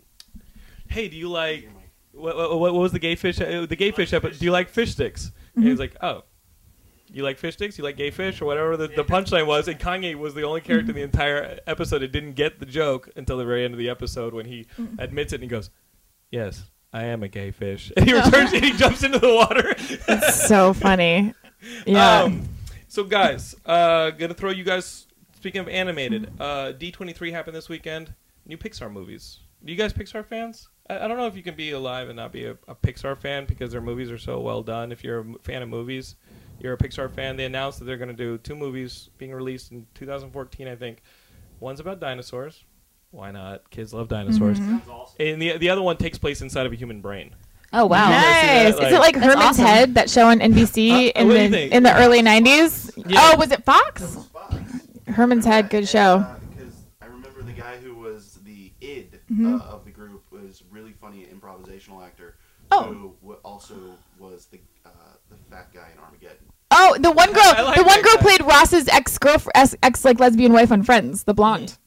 S1: hey, do you like what, what, what was the gay fish? Uh, the gay fish episode. Do you like fish sticks? And
S2: Mm-hmm.
S1: he's like, oh, you like fish sticks? You like gay fish or whatever the, the punchline was? And Kanye was the only character in
S2: Mm-hmm.
S1: the entire episode that didn't get the joke until the very end of the episode when he
S2: Mm-hmm.
S1: admits it and he goes, yes. I am a gay fish, and he returns and he jumps into the water.
S2: so funny. Yeah.
S1: Um, so guys, uh, gonna throw you guys. Speaking of animated, uh, D23 happened this weekend. New Pixar movies. You guys Pixar fans? I, I don't know if you can be alive and not be a, a Pixar fan because their movies are so well done. If you're a m- fan of movies, you're a Pixar fan. They announced that they're gonna do two movies being released in 2014, I think. One's about dinosaurs. Why not? Kids love dinosaurs.
S2: Mm-hmm.
S5: Sounds awesome.
S1: And the the other one takes place inside of a human brain.
S3: Oh wow.
S1: Yeah.
S2: nice. Is it like
S3: That's
S2: Herman's
S3: awesome.
S2: Head that show on NBC
S1: Uh,
S2: in
S1: what do you think?
S2: the in the early '90s?
S1: Yeah.
S2: Oh, was it Fox? Herman's Head, good show.
S4: uh, Because I remember the guy who was the id
S2: Mm-hmm.
S4: uh, of the group was really funny improvisational actor.
S2: Oh.
S4: Who wa- also was the uh, the fat guy in Armageddon.
S2: Oh, the one girl,
S1: I like
S2: the one
S1: that
S2: girl
S1: guy.
S2: played Ross's ex girlfriend, ex like lesbian wife on Friends, the blonde.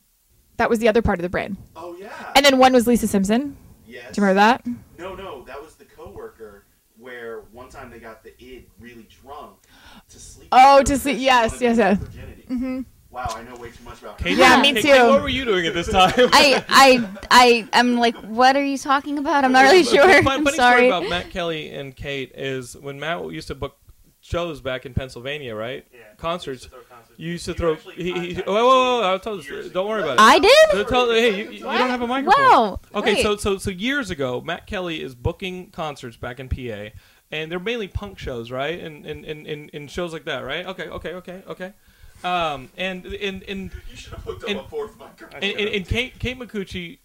S2: That was the other part of the brain.
S4: Oh yeah.
S2: And then one was Lisa Simpson.
S4: yes.
S2: Do you remember that?
S4: No, no, that was the coworker where one time they got the id really drunk to sleep.
S2: Oh,
S4: with
S2: to
S4: her
S2: sleep-
S4: because
S2: yes,
S4: she wanted
S2: yes, Mm-hmm.
S4: to lose virginity. Wow, I know way too much about. her.
S1: Kate,
S2: Yeah, me
S1: Kate,
S2: too.
S1: what were you doing at this time?
S3: I I I I'm like, what are you talking about? I'm not really
S1: But- but
S3: sure.
S1: fun-
S3: I'm
S1: funny
S3: sorry.
S1: story about Matt Kelly and Kate is when Matt used to book shows back in Pennsylvania, right?
S5: Yeah.
S1: Concerts.
S5: Throw concerts.
S1: You used to throw.
S5: actually
S1: He, he,
S5: contacted
S1: whoa, whoa, whoa!
S5: me
S1: I'll tell this.
S5: years
S1: Don't
S5: ago.
S1: worry about it.
S3: I did.
S1: So tell, hey, you, you you
S5: What?
S1: don't have a microphone.
S3: Wow.
S1: Okay,
S3: Wait.
S1: so so so years ago, Matt Kelly is booking concerts back in PA, and they're mainly punk shows, right? And and and, and, and shows like that, right? Okay, okay, okay, okay. Um, and and and
S4: You should have hooked up
S1: And-
S4: a fourth microphone.
S1: and, and, and Kate Kate McCucci,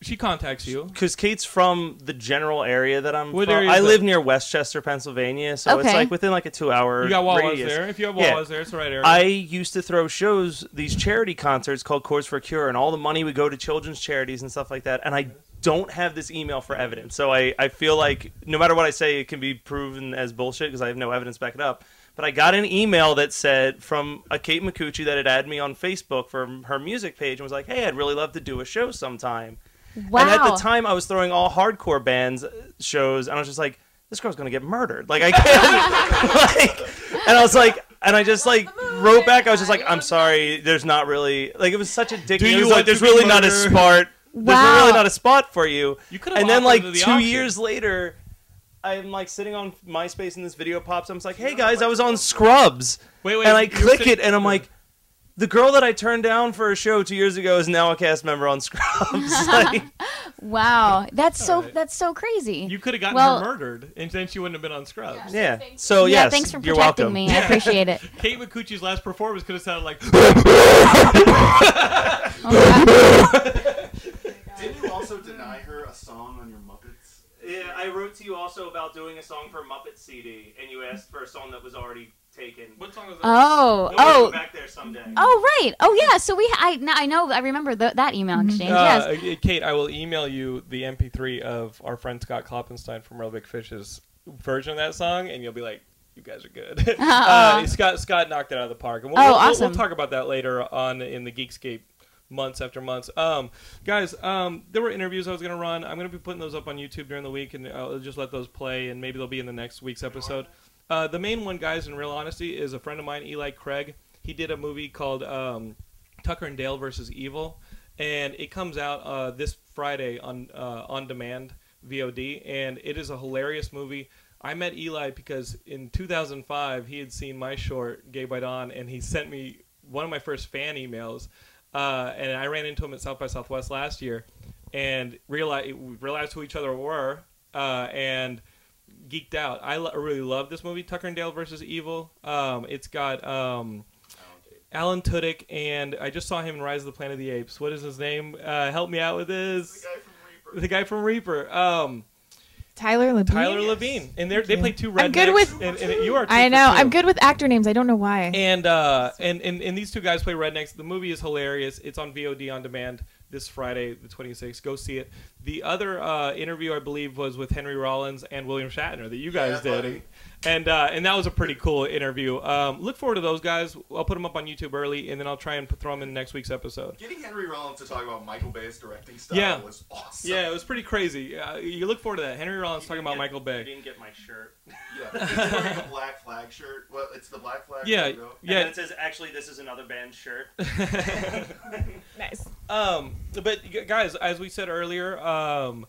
S1: she contacts you.
S6: because Kate's from the general area that I'm
S1: What
S6: from.
S1: area
S6: I
S1: is
S6: live
S1: that?
S6: near Westchester, Pennsylvania, so
S3: Okay.
S6: it's like within like a two-hour.
S1: You got Wawa's
S6: radius.
S1: there. If you have Wawa's
S6: Yeah.
S1: there, it's the right area.
S6: I used to throw shows, these charity concerts called Chords for a Cure, and all the money would go to children's charities and stuff like that. And I don't have this email for evidence. So I, I feel like no matter what I say, it can be proven as bullshit because I have no evidence to back it up. But I got an email that said from a Kate McCucci that had added me on Facebook from her music page and was like, hey, I'd really love to do a show sometime.
S3: Wow.
S6: And at the time, I was throwing all hardcore bands uh, shows, and I was just like, "This girl's gonna get murdered." Like I can't. like, and I was like, and I just like wrote back. I was just like, "I'm sorry, there's not really like it was such a dick."
S1: Do
S6: it
S1: you
S6: was
S1: want
S6: like, there's
S1: to be
S6: really not a
S1: murdered?"
S6: spot. There's
S3: Wow.
S6: really not a spot for you.
S1: You could've
S6: And then
S1: offered
S6: like
S1: her
S6: two
S1: the option.
S6: years later, I'm like sitting on MySpace, and this video pops. up. I'm like, "Hey guys, I was on Scrubs."
S1: wait,
S6: and I
S1: you were
S6: click
S1: saying-
S6: it, and I'm like, the girl that I turned down for a show two years ago is now a cast member on Scrubs. like,
S3: wow. That's so
S1: Alright.
S3: that's so crazy.
S1: you could have gotten
S3: Well-
S1: her murdered, and then she wouldn't have been on Scrubs.
S6: yeah. So
S3: yeah,
S6: oh, yes,
S3: thanks for
S6: you're
S3: protecting
S6: welcome.
S3: me. I appreciate it.
S1: Kate McCucci's last performance could have sounded like uh,
S4: Didn't you also deny her a song on your Muppets?
S5: Yeah, I wrote to you also about doing a song for Muppet CD, and you asked for a song that was already taken. We'll
S1: what song was that?
S3: Oh,
S5: get
S3: oh,
S5: back there someday.
S3: oh, right. Oh, yeah. So we, I, now I know, I remember th that email exchange. yes.
S1: Uh, uh, Kate, I will email you the MP3 of our friend Scott Kloppenstein from Real Big Fish's version of that song, and you'll be like, "You guys are good." uh, Scott Scott knocked it out of the park, and we'll,
S3: Uh-huh. Oh,
S1: we'll- we'll-
S3: awesome.
S1: we'll talk about that later on in the Geekscape months after months. Um, guys, um, there were interviews I was going to run. I'm going to be putting those up on YouTube during the week, and I'll just let those play, and maybe they'll be in the next week's episode. Uh, the main one, guys, in real honesty, is a friend of mine, Eli Craig. He did a movie called um, Tucker and Dale versus Evil, and it comes out uh, this Friday on uh, on demand VOD, and it is a hilarious movie. I met Eli because in 2005 he had seen my short Gay by Dawn, and he sent me one of my first fan emails, uh, and I ran into him at South by Southwest last year, and realized we realized who each other were, uh, and geeked out. I lo- really love this movie, Tucker and Dale versus Evil. Um, it's got um, Alan Tudyk, and I just saw him in Rise of the Planet of the Apes. What is his name? Uh, help me out with this. The guy from Reaper. Um,
S2: Tyler Labine.
S1: Tyler Levine, and they they play two rednecks.
S2: I'm good with-
S1: and, and you are. two
S2: I
S1: for
S2: know.
S1: two.
S2: I'm good with actor names. I don't know why.
S1: And uh, and, and and these two guys play rednecks. The movie is hilarious. It's on VOD on demand this Friday, the 26th. Go see it. The other uh, interview I believe was with Henry Rollins and William Shatner that you guys
S4: Yeah,
S1: did,
S4: buddy.
S1: and uh, and that was a pretty cool interview. Um, look forward to those guys. I'll put them up on YouTube early, and then I'll try and put- throw them in next week's episode.
S4: Getting Henry Rollins to talk about Michael Bay's directing style
S1: Yeah.
S4: was awesome.
S1: Yeah, it was pretty crazy. Uh, you look forward to that. Henry Rollins
S5: You
S1: talking
S5: didn't
S1: about
S5: get-
S1: Michael
S5: You
S1: Bay.
S5: didn't get my shirt.
S4: Yeah. He's wearing a black flag shirt. Well, it's the black flag.
S1: Yeah,
S5: Yeah.
S4: logo.
S5: And
S1: yeah.
S5: then it says, actually, this is another band's shirt.
S2: nice.
S1: Um, but y- guys, as we said earlier, um,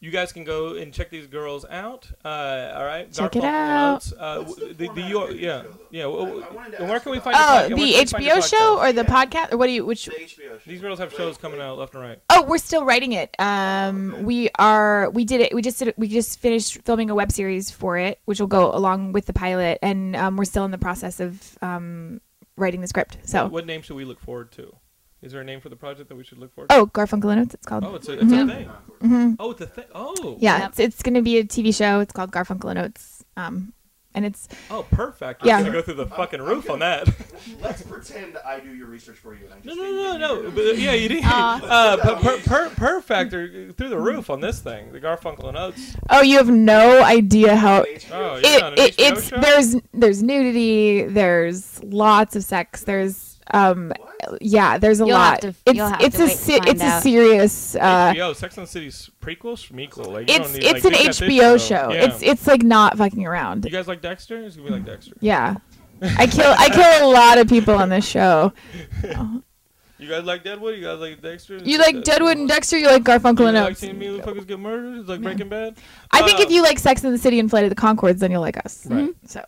S1: you guys can go and check these girls out. Uh, all right,
S2: Check
S1: Dark
S2: it
S1: Pumpkin
S2: out.
S1: Oats, Uh,
S4: What's
S1: w-
S4: the
S1: the, the,
S4: format
S1: your-
S4: of the
S1: yeah,
S4: show, though?
S1: yeah. w-
S4: I-
S1: w-
S4: I wanted to
S1: and where
S4: ask
S1: can we
S4: about
S1: find? your
S2: Oh,
S1: podca- where
S2: the
S1: can we find your
S2: HBO show
S1: podcast?
S2: or the
S4: Yeah.
S2: podcast or what do you? Which
S4: The HBO show.
S1: These girls have shows coming out left and right.
S2: oh, we're still writing it. Um, we are. We did it. We just did. it- We just finished filming a web series for it, which will go along with the pilot, and um, we're still in the process of um, writing the script. So.
S1: What name should we look forward to? Is there a name for the project that we should look forward? to?
S2: Oh, Garfunkel and Oates. It's called. Mm-hmm.
S1: Oh, it's a, it's a
S3: Mhm.
S1: thing. Oh, it's a thing. Oh,
S2: Yeah,
S3: Yep.
S2: it's, it's going to be a TV show. It's called Garfunkel and Oates. Um, and it's
S1: Oh, perfect.
S2: Yeah.
S1: I'm gonna go through the fucking
S4: I'm
S1: roof
S4: good.
S1: on that.
S4: Let's pretend I do your research for you. And I just
S1: No,
S4: think
S1: no, no,
S4: that you
S1: no.
S4: do.
S1: But, yeah, you did.
S3: Aw.
S1: Uh, per, per, per, per factor through the roof on this thing. The Garfunkel and Oates.
S2: oh, you have no idea how it,
S1: Oh, you're on an
S2: it
S1: HBO
S2: it's
S1: show?
S2: there's there's nudity, there's lots of sex, there's um
S1: Oh.
S4: What?
S2: yeah, there's a
S3: You'll have
S2: lot.
S3: to-
S2: it's
S3: you'll have
S2: it's
S3: to
S2: a
S3: wait to
S2: se-
S3: find
S2: it's a
S3: out.
S2: serious uh
S1: HBO, Sex and the City's prequel, schmequel. Like, you
S2: it's
S1: don't need,
S2: it's
S1: like,
S2: an
S1: you got this
S2: HBO show.
S1: Yeah.
S2: It's it's like not fucking around.
S1: you guys like Dexter? It's gonna be like Dexter.
S2: yeah. I kill I kill a lot of people on this show.
S1: You guys like Deadwood? You guys like Dexter? It's
S2: You like Deadwood and Dexter, you like Garfunkel
S1: You
S2: and
S1: like
S2: Oates.
S1: seeing me fuckers get murdered? It's like Breaking Bad.
S2: I think if
S1: Uh,
S2: you like Sex in the City and Flight of the Concords, then you'll like us.
S1: Right.
S2: So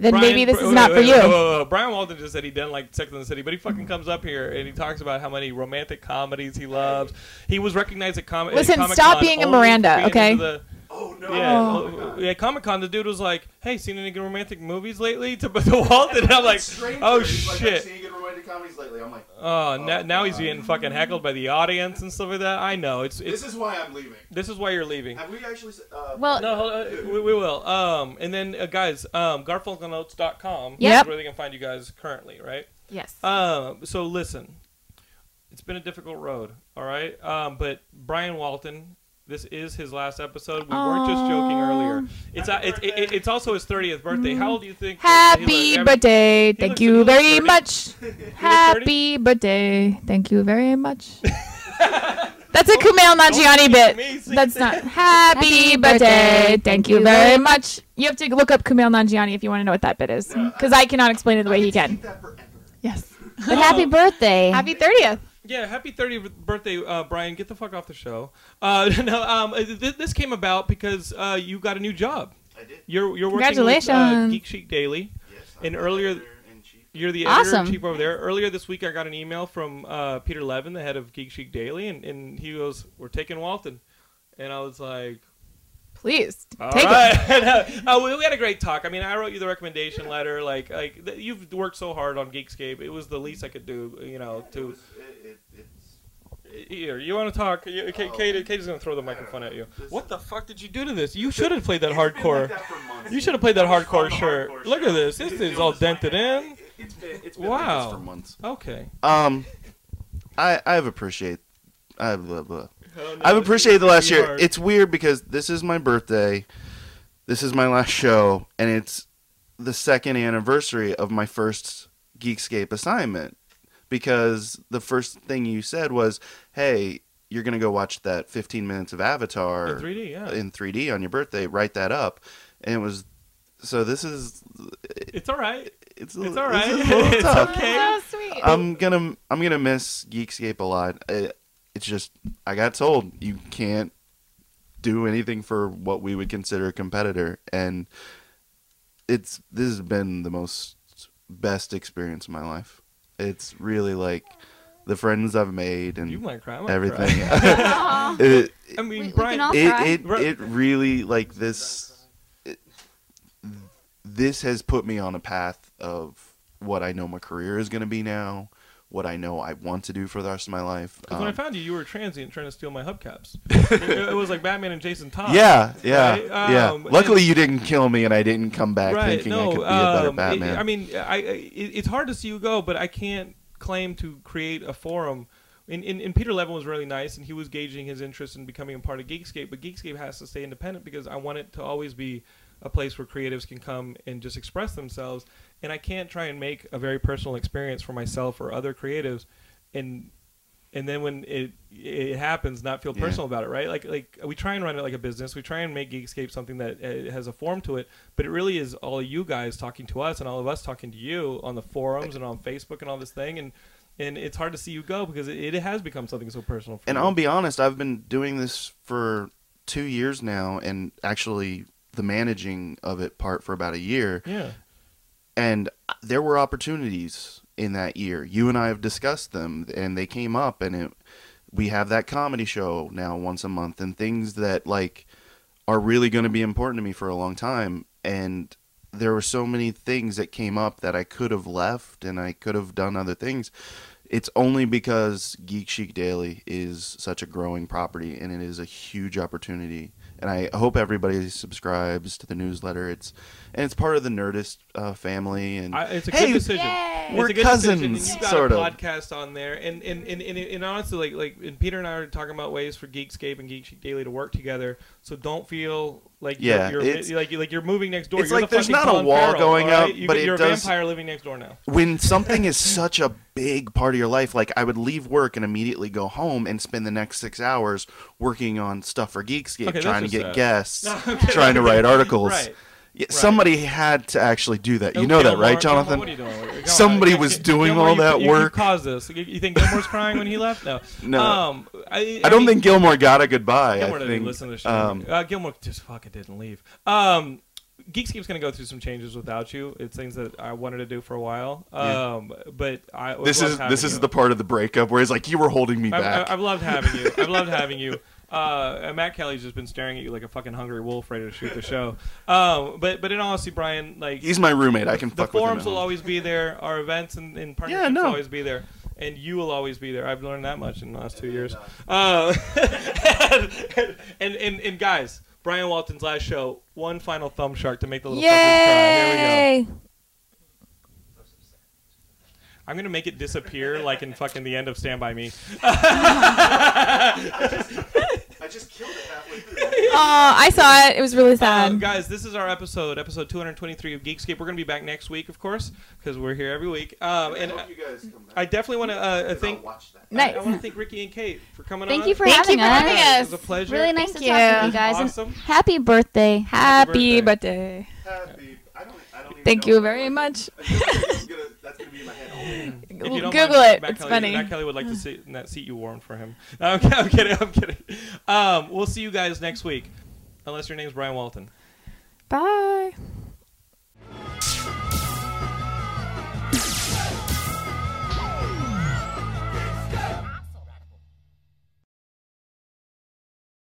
S2: then maybe this
S1: Br-
S2: is
S1: wait,
S2: not
S1: wait,
S2: for
S1: wait,
S2: you.
S1: whoa, whoa, whoa. Brian Walden just said he didn't like Sex and the City, but he fucking comes up here and he talks about how many romantic comedies he loves. He was recognized at comic.
S2: Listen,
S1: Comic
S2: stop being a Miranda, okay?
S1: The,
S4: Oh no.
S1: yeah,
S4: Oh, my
S1: oh,
S4: God.
S1: yeah. Comic Con, the dude was like, "Hey, seen any good romantic movies lately?" To, to Walden, I'm like,
S4: Stranger,
S1: "Oh
S4: he's like, I'm
S1: shit."
S4: seeing it in a way way to comedies lately. I'm like,
S1: Oh, now,
S4: Oh,
S1: now he's
S4: God.
S1: being fucking heckled by the audience and stuff like that. I know. It's it's
S4: this is why I'm leaving.
S1: this is why you're leaving.
S4: Have we actually? s- Uh,
S3: Well-
S1: No, hold on. We, we will. Um, and then uh, guys, um, garfunkelnotes.com
S2: Yep.
S1: is where they can find you guys currently, right?
S2: Yes.
S1: Um, so listen, it's been a difficult road, all right. Um, but Brian Walton, this is his last episode. We weren't just joking
S2: Aw.
S1: earlier. It's uh,
S5: Happy
S1: it's it, it-
S5: birthday.
S1: it's also his thirtieth birthday. How old do you think? uh,
S2: Happy
S1: Happy
S2: birthday. Thank
S1: looks- he
S2: you
S1: looks
S2: very
S1: 30.
S2: much. Happy birthday. Thank you very much. That's a Kumail Nanjiani bit. That's not happy
S3: Happy
S2: birthday.
S3: birthday.
S2: Thank you very much. You have to look up Kumail Nanjiani if you want to know what that bit is, because I cannot explain it the way he
S4: I
S2: can.
S4: keep that forever.
S2: Yes.
S3: But happy birthday.
S2: Oh. Happy thirtieth.
S1: Yeah, happy 30th birthday, uh, Brian. Get the fuck off the show. Uh, no, um, th- this came about because uh, you got a new job.
S4: I did.
S1: You're you're working with uh,
S2: Congratulations.
S1: Geek Chic Daily.
S4: Yes.
S1: And earlier-
S4: In chief.
S1: You're the editor
S3: Awesome.
S1: in chief over there. Earlier this week, I got an email from uh, Peter Levin, the head of Geek Chic Daily, and, and he goes, "We're taking Walton," and I was like,
S2: Please
S1: "All
S2: take it.
S1: right." Uh, we, we had a great talk. I mean, I wrote you the recommendation letter. Like, like th- you've worked so hard on Geekscape. It was the least I could do, you know.
S4: It
S1: To
S4: was, it, it, it's
S1: here, you want to talk? You, Kate,
S4: Oh.
S1: Kate, Kate is going to throw the microphone at you.
S4: This-
S1: What the fuck did you do to this? You should have played that
S4: it's been
S1: hardcore.
S4: Like that for months.
S1: you should have played that
S4: I was
S1: hardcore
S4: trying to
S1: shirt.
S4: hardcore
S1: Look
S4: shirt.
S1: at this. This is
S4: It feels
S1: all
S4: like-
S1: dented in.
S4: It, has been, it's been like
S1: Wow.
S4: this for months.
S1: Okay.
S4: Um, I I've appreciate. I blah, blah. I've appreciated the last year. It's weird because this is my birthday. This is my last show, and it's the second anniversary of my first Geekscape assignment. Because the first thing you said was, "Hey, you're gonna go watch that 15 minutes of Avatar
S1: in 3D. Yeah.
S4: in 3D on your birthday. Write that up." And it was so. This is
S1: It's all right.
S4: it's
S1: It's all right.
S4: This is a little
S1: It's
S4: tough.
S1: okay.
S2: Oh, So sweet.
S4: I'm gonna I'm gonna miss Geekscape a lot. I, it's just I got told you can't do anything for what we would consider a competitor, and it's this has been the most best experience of my life. It's really like the friends I've made
S1: You
S4: and
S1: might cry. I might cry.
S4: everything.
S3: Aw.
S4: it,
S1: I
S3: We-
S1: mean,
S3: we can
S1: Brian.
S3: all-
S4: it
S3: Alright.
S4: it
S1: Right.
S4: it really like this. It, this has put me on a path of what I know my career is going to be now, what I know I want to do for the rest of my life.
S1: Because when I
S4: Um,
S1: found you, you were transient trying to steal my hubcaps. it, it was like Batman and Jason Todd.
S4: yeah, yeah,
S1: Right?
S4: yeah.
S1: Um,
S4: Luckily, you didn't kill me, and I didn't come back
S1: right.
S4: thinking
S1: no.
S4: I could be a better
S1: um, it-
S4: Batman.
S1: I mean, I, I it, it's hard to see you go, but I can't claim to create a forum. And, and, and Peter Levin was really nice, and he was gauging his interest in becoming a part of Geekscape. But Geekscape has to stay independent because I want it to always be a place where creatives can come and just express themselves. And I can't try and make a very personal experience for myself or other creatives, and and then when it it happens, not feel
S4: Yeah.
S1: personal about it, right? Like like we try and run it like a business. We try and make Geekscape something that uh, has a form to it, but it really is all you guys talking to us and all of us talking to you on the forums and on Facebook and all this thing and. And it's hard to see you go because it, it has become something so personal. For
S4: and
S1: you.
S4: I'll be honest, I've been doing this for two years now, and actually the managing of it part for about a year.
S1: yeah,
S4: and there were opportunities in that year. You and I have discussed them, and they came up, and it, we have that comedy show now once a month, and things that like are really going to be important to me for a long time. And there were so many things that came up that I could have left, and I could have done other things. It's only because Geek Chic Daily is such a growing property, and it is a huge opportunity. And I hope everybody subscribes to the newsletter. It's and it's part of the Nerdist uh, family. And
S1: I, it's a
S4: Hey,
S1: good decision.
S3: Yay.
S1: It's
S4: We're
S1: a good decision,
S4: cousins,
S1: and you got
S4: sort
S1: a
S4: of.
S1: podcast on there, and and, and, and and honestly, like like and Peter and I are talking about ways for Geekscape and Geek Chic Daily to work together. So don't feel like
S4: Yeah,
S1: you're, you're
S4: it's-
S1: like like you're moving next door.
S4: it's
S1: You're
S4: like
S1: the
S4: there's
S1: fucking
S4: not a
S1: Colin
S4: wall
S1: Farrell,
S4: going
S1: all right?
S4: up,
S1: You,
S4: but it
S1: you're a
S4: does-
S1: vampire living next door now.
S4: when something is such a big part of your life, like I would leave work and immediately go home and spend the next six hours working on stuff for Geekscape,
S1: Okay, that's
S4: trying to
S1: just
S4: get
S1: sad.
S4: guests,
S1: No,
S4: trying to write articles.
S1: Right.
S4: Yeah, Somebody had to actually do that. You know
S1: Okay,
S4: that, right,
S1: Gilmore, Gilmore,
S4: Jonathan?
S1: what are you doing? Come on,
S4: Somebody
S1: you-
S4: was
S1: you-
S4: doing
S1: Gilmore,
S4: all
S1: you-
S4: that
S1: you- you
S4: work.
S1: caused this. You, you think Gilmore's crying when he left? No.
S4: No.
S1: Um, I,
S4: I don't
S1: mean-
S4: think Gilmore got a goodbye.
S1: Gilmore
S4: I
S1: didn't
S4: think.
S1: listen to the show.
S4: um,
S1: uh, Gilmore just fucking didn't leave. Um, Geekscape's gonna go through some changes without you. It's things that I wanted to do for a while.
S4: Yeah.
S1: Um, but I
S4: this
S1: I've
S4: is
S1: loved
S4: this
S1: having
S4: is
S1: you.
S4: the part of the breakup where he's like, "You were holding me
S1: I've,
S4: back."
S1: I've- I've loved having you. I've loved having you. Uh, and Matt Kelly's just been staring at you like a fucking hungry wolf, ready to shoot the show. Um, but but in all honesty, Brian, like
S4: He's my roommate. I can
S1: the
S4: fuck
S1: forums
S4: with him.
S1: will always be there. Our events and, and partnerships
S4: no.
S1: will always be there. And you will always be there. I've learned that much in the last two years. Uh, and, and, and, guys, Brian Walton's last show, one final thumb shark to make the little fuckers cry. Here we go.
S3: Yay!
S1: I'm going to make it disappear like in fucking the end of Stand By Me. Uh,
S4: I just killed it halfway through.
S2: Oh, I saw it. It was really sad.
S1: Um, guys, this is our episode, episode 223 of Geekscape. We're going to be back next week, of course, because we're here every week. Um,
S4: I
S1: and
S4: hope
S1: I-
S4: you guys come back.
S1: I definitely want to uh,
S4: Because I'll
S1: thank.
S4: watch that.
S1: I,
S3: Nice.
S1: want to thank Ricky and Kate for coming
S3: Thank
S1: on.
S3: you for
S2: Thank
S3: having
S2: you for
S3: us.
S2: having us.
S1: It was a pleasure.
S3: Really nice
S2: Thank
S3: to talk to
S2: you.
S3: you guys. and
S1: Awesome.
S3: happy birthday.
S2: Happy
S1: Happy
S2: birthday.
S4: Happy. I don't. I don't even
S2: Thank
S4: know
S2: you
S4: what I
S2: very
S4: like.
S2: much.
S4: It's gonna- That's gonna be in my head all day.
S1: If you
S2: Google
S1: don't mind,
S2: it.
S1: Matt
S2: It's
S1: Kelly,
S2: funny.
S1: Matt Kelly would like to sit in that seat you warmed for him. No, I'm, kidding, I'm kidding. I'm kidding. Um, we'll see you guys next week, unless your name's Brian Walton.
S2: Bye.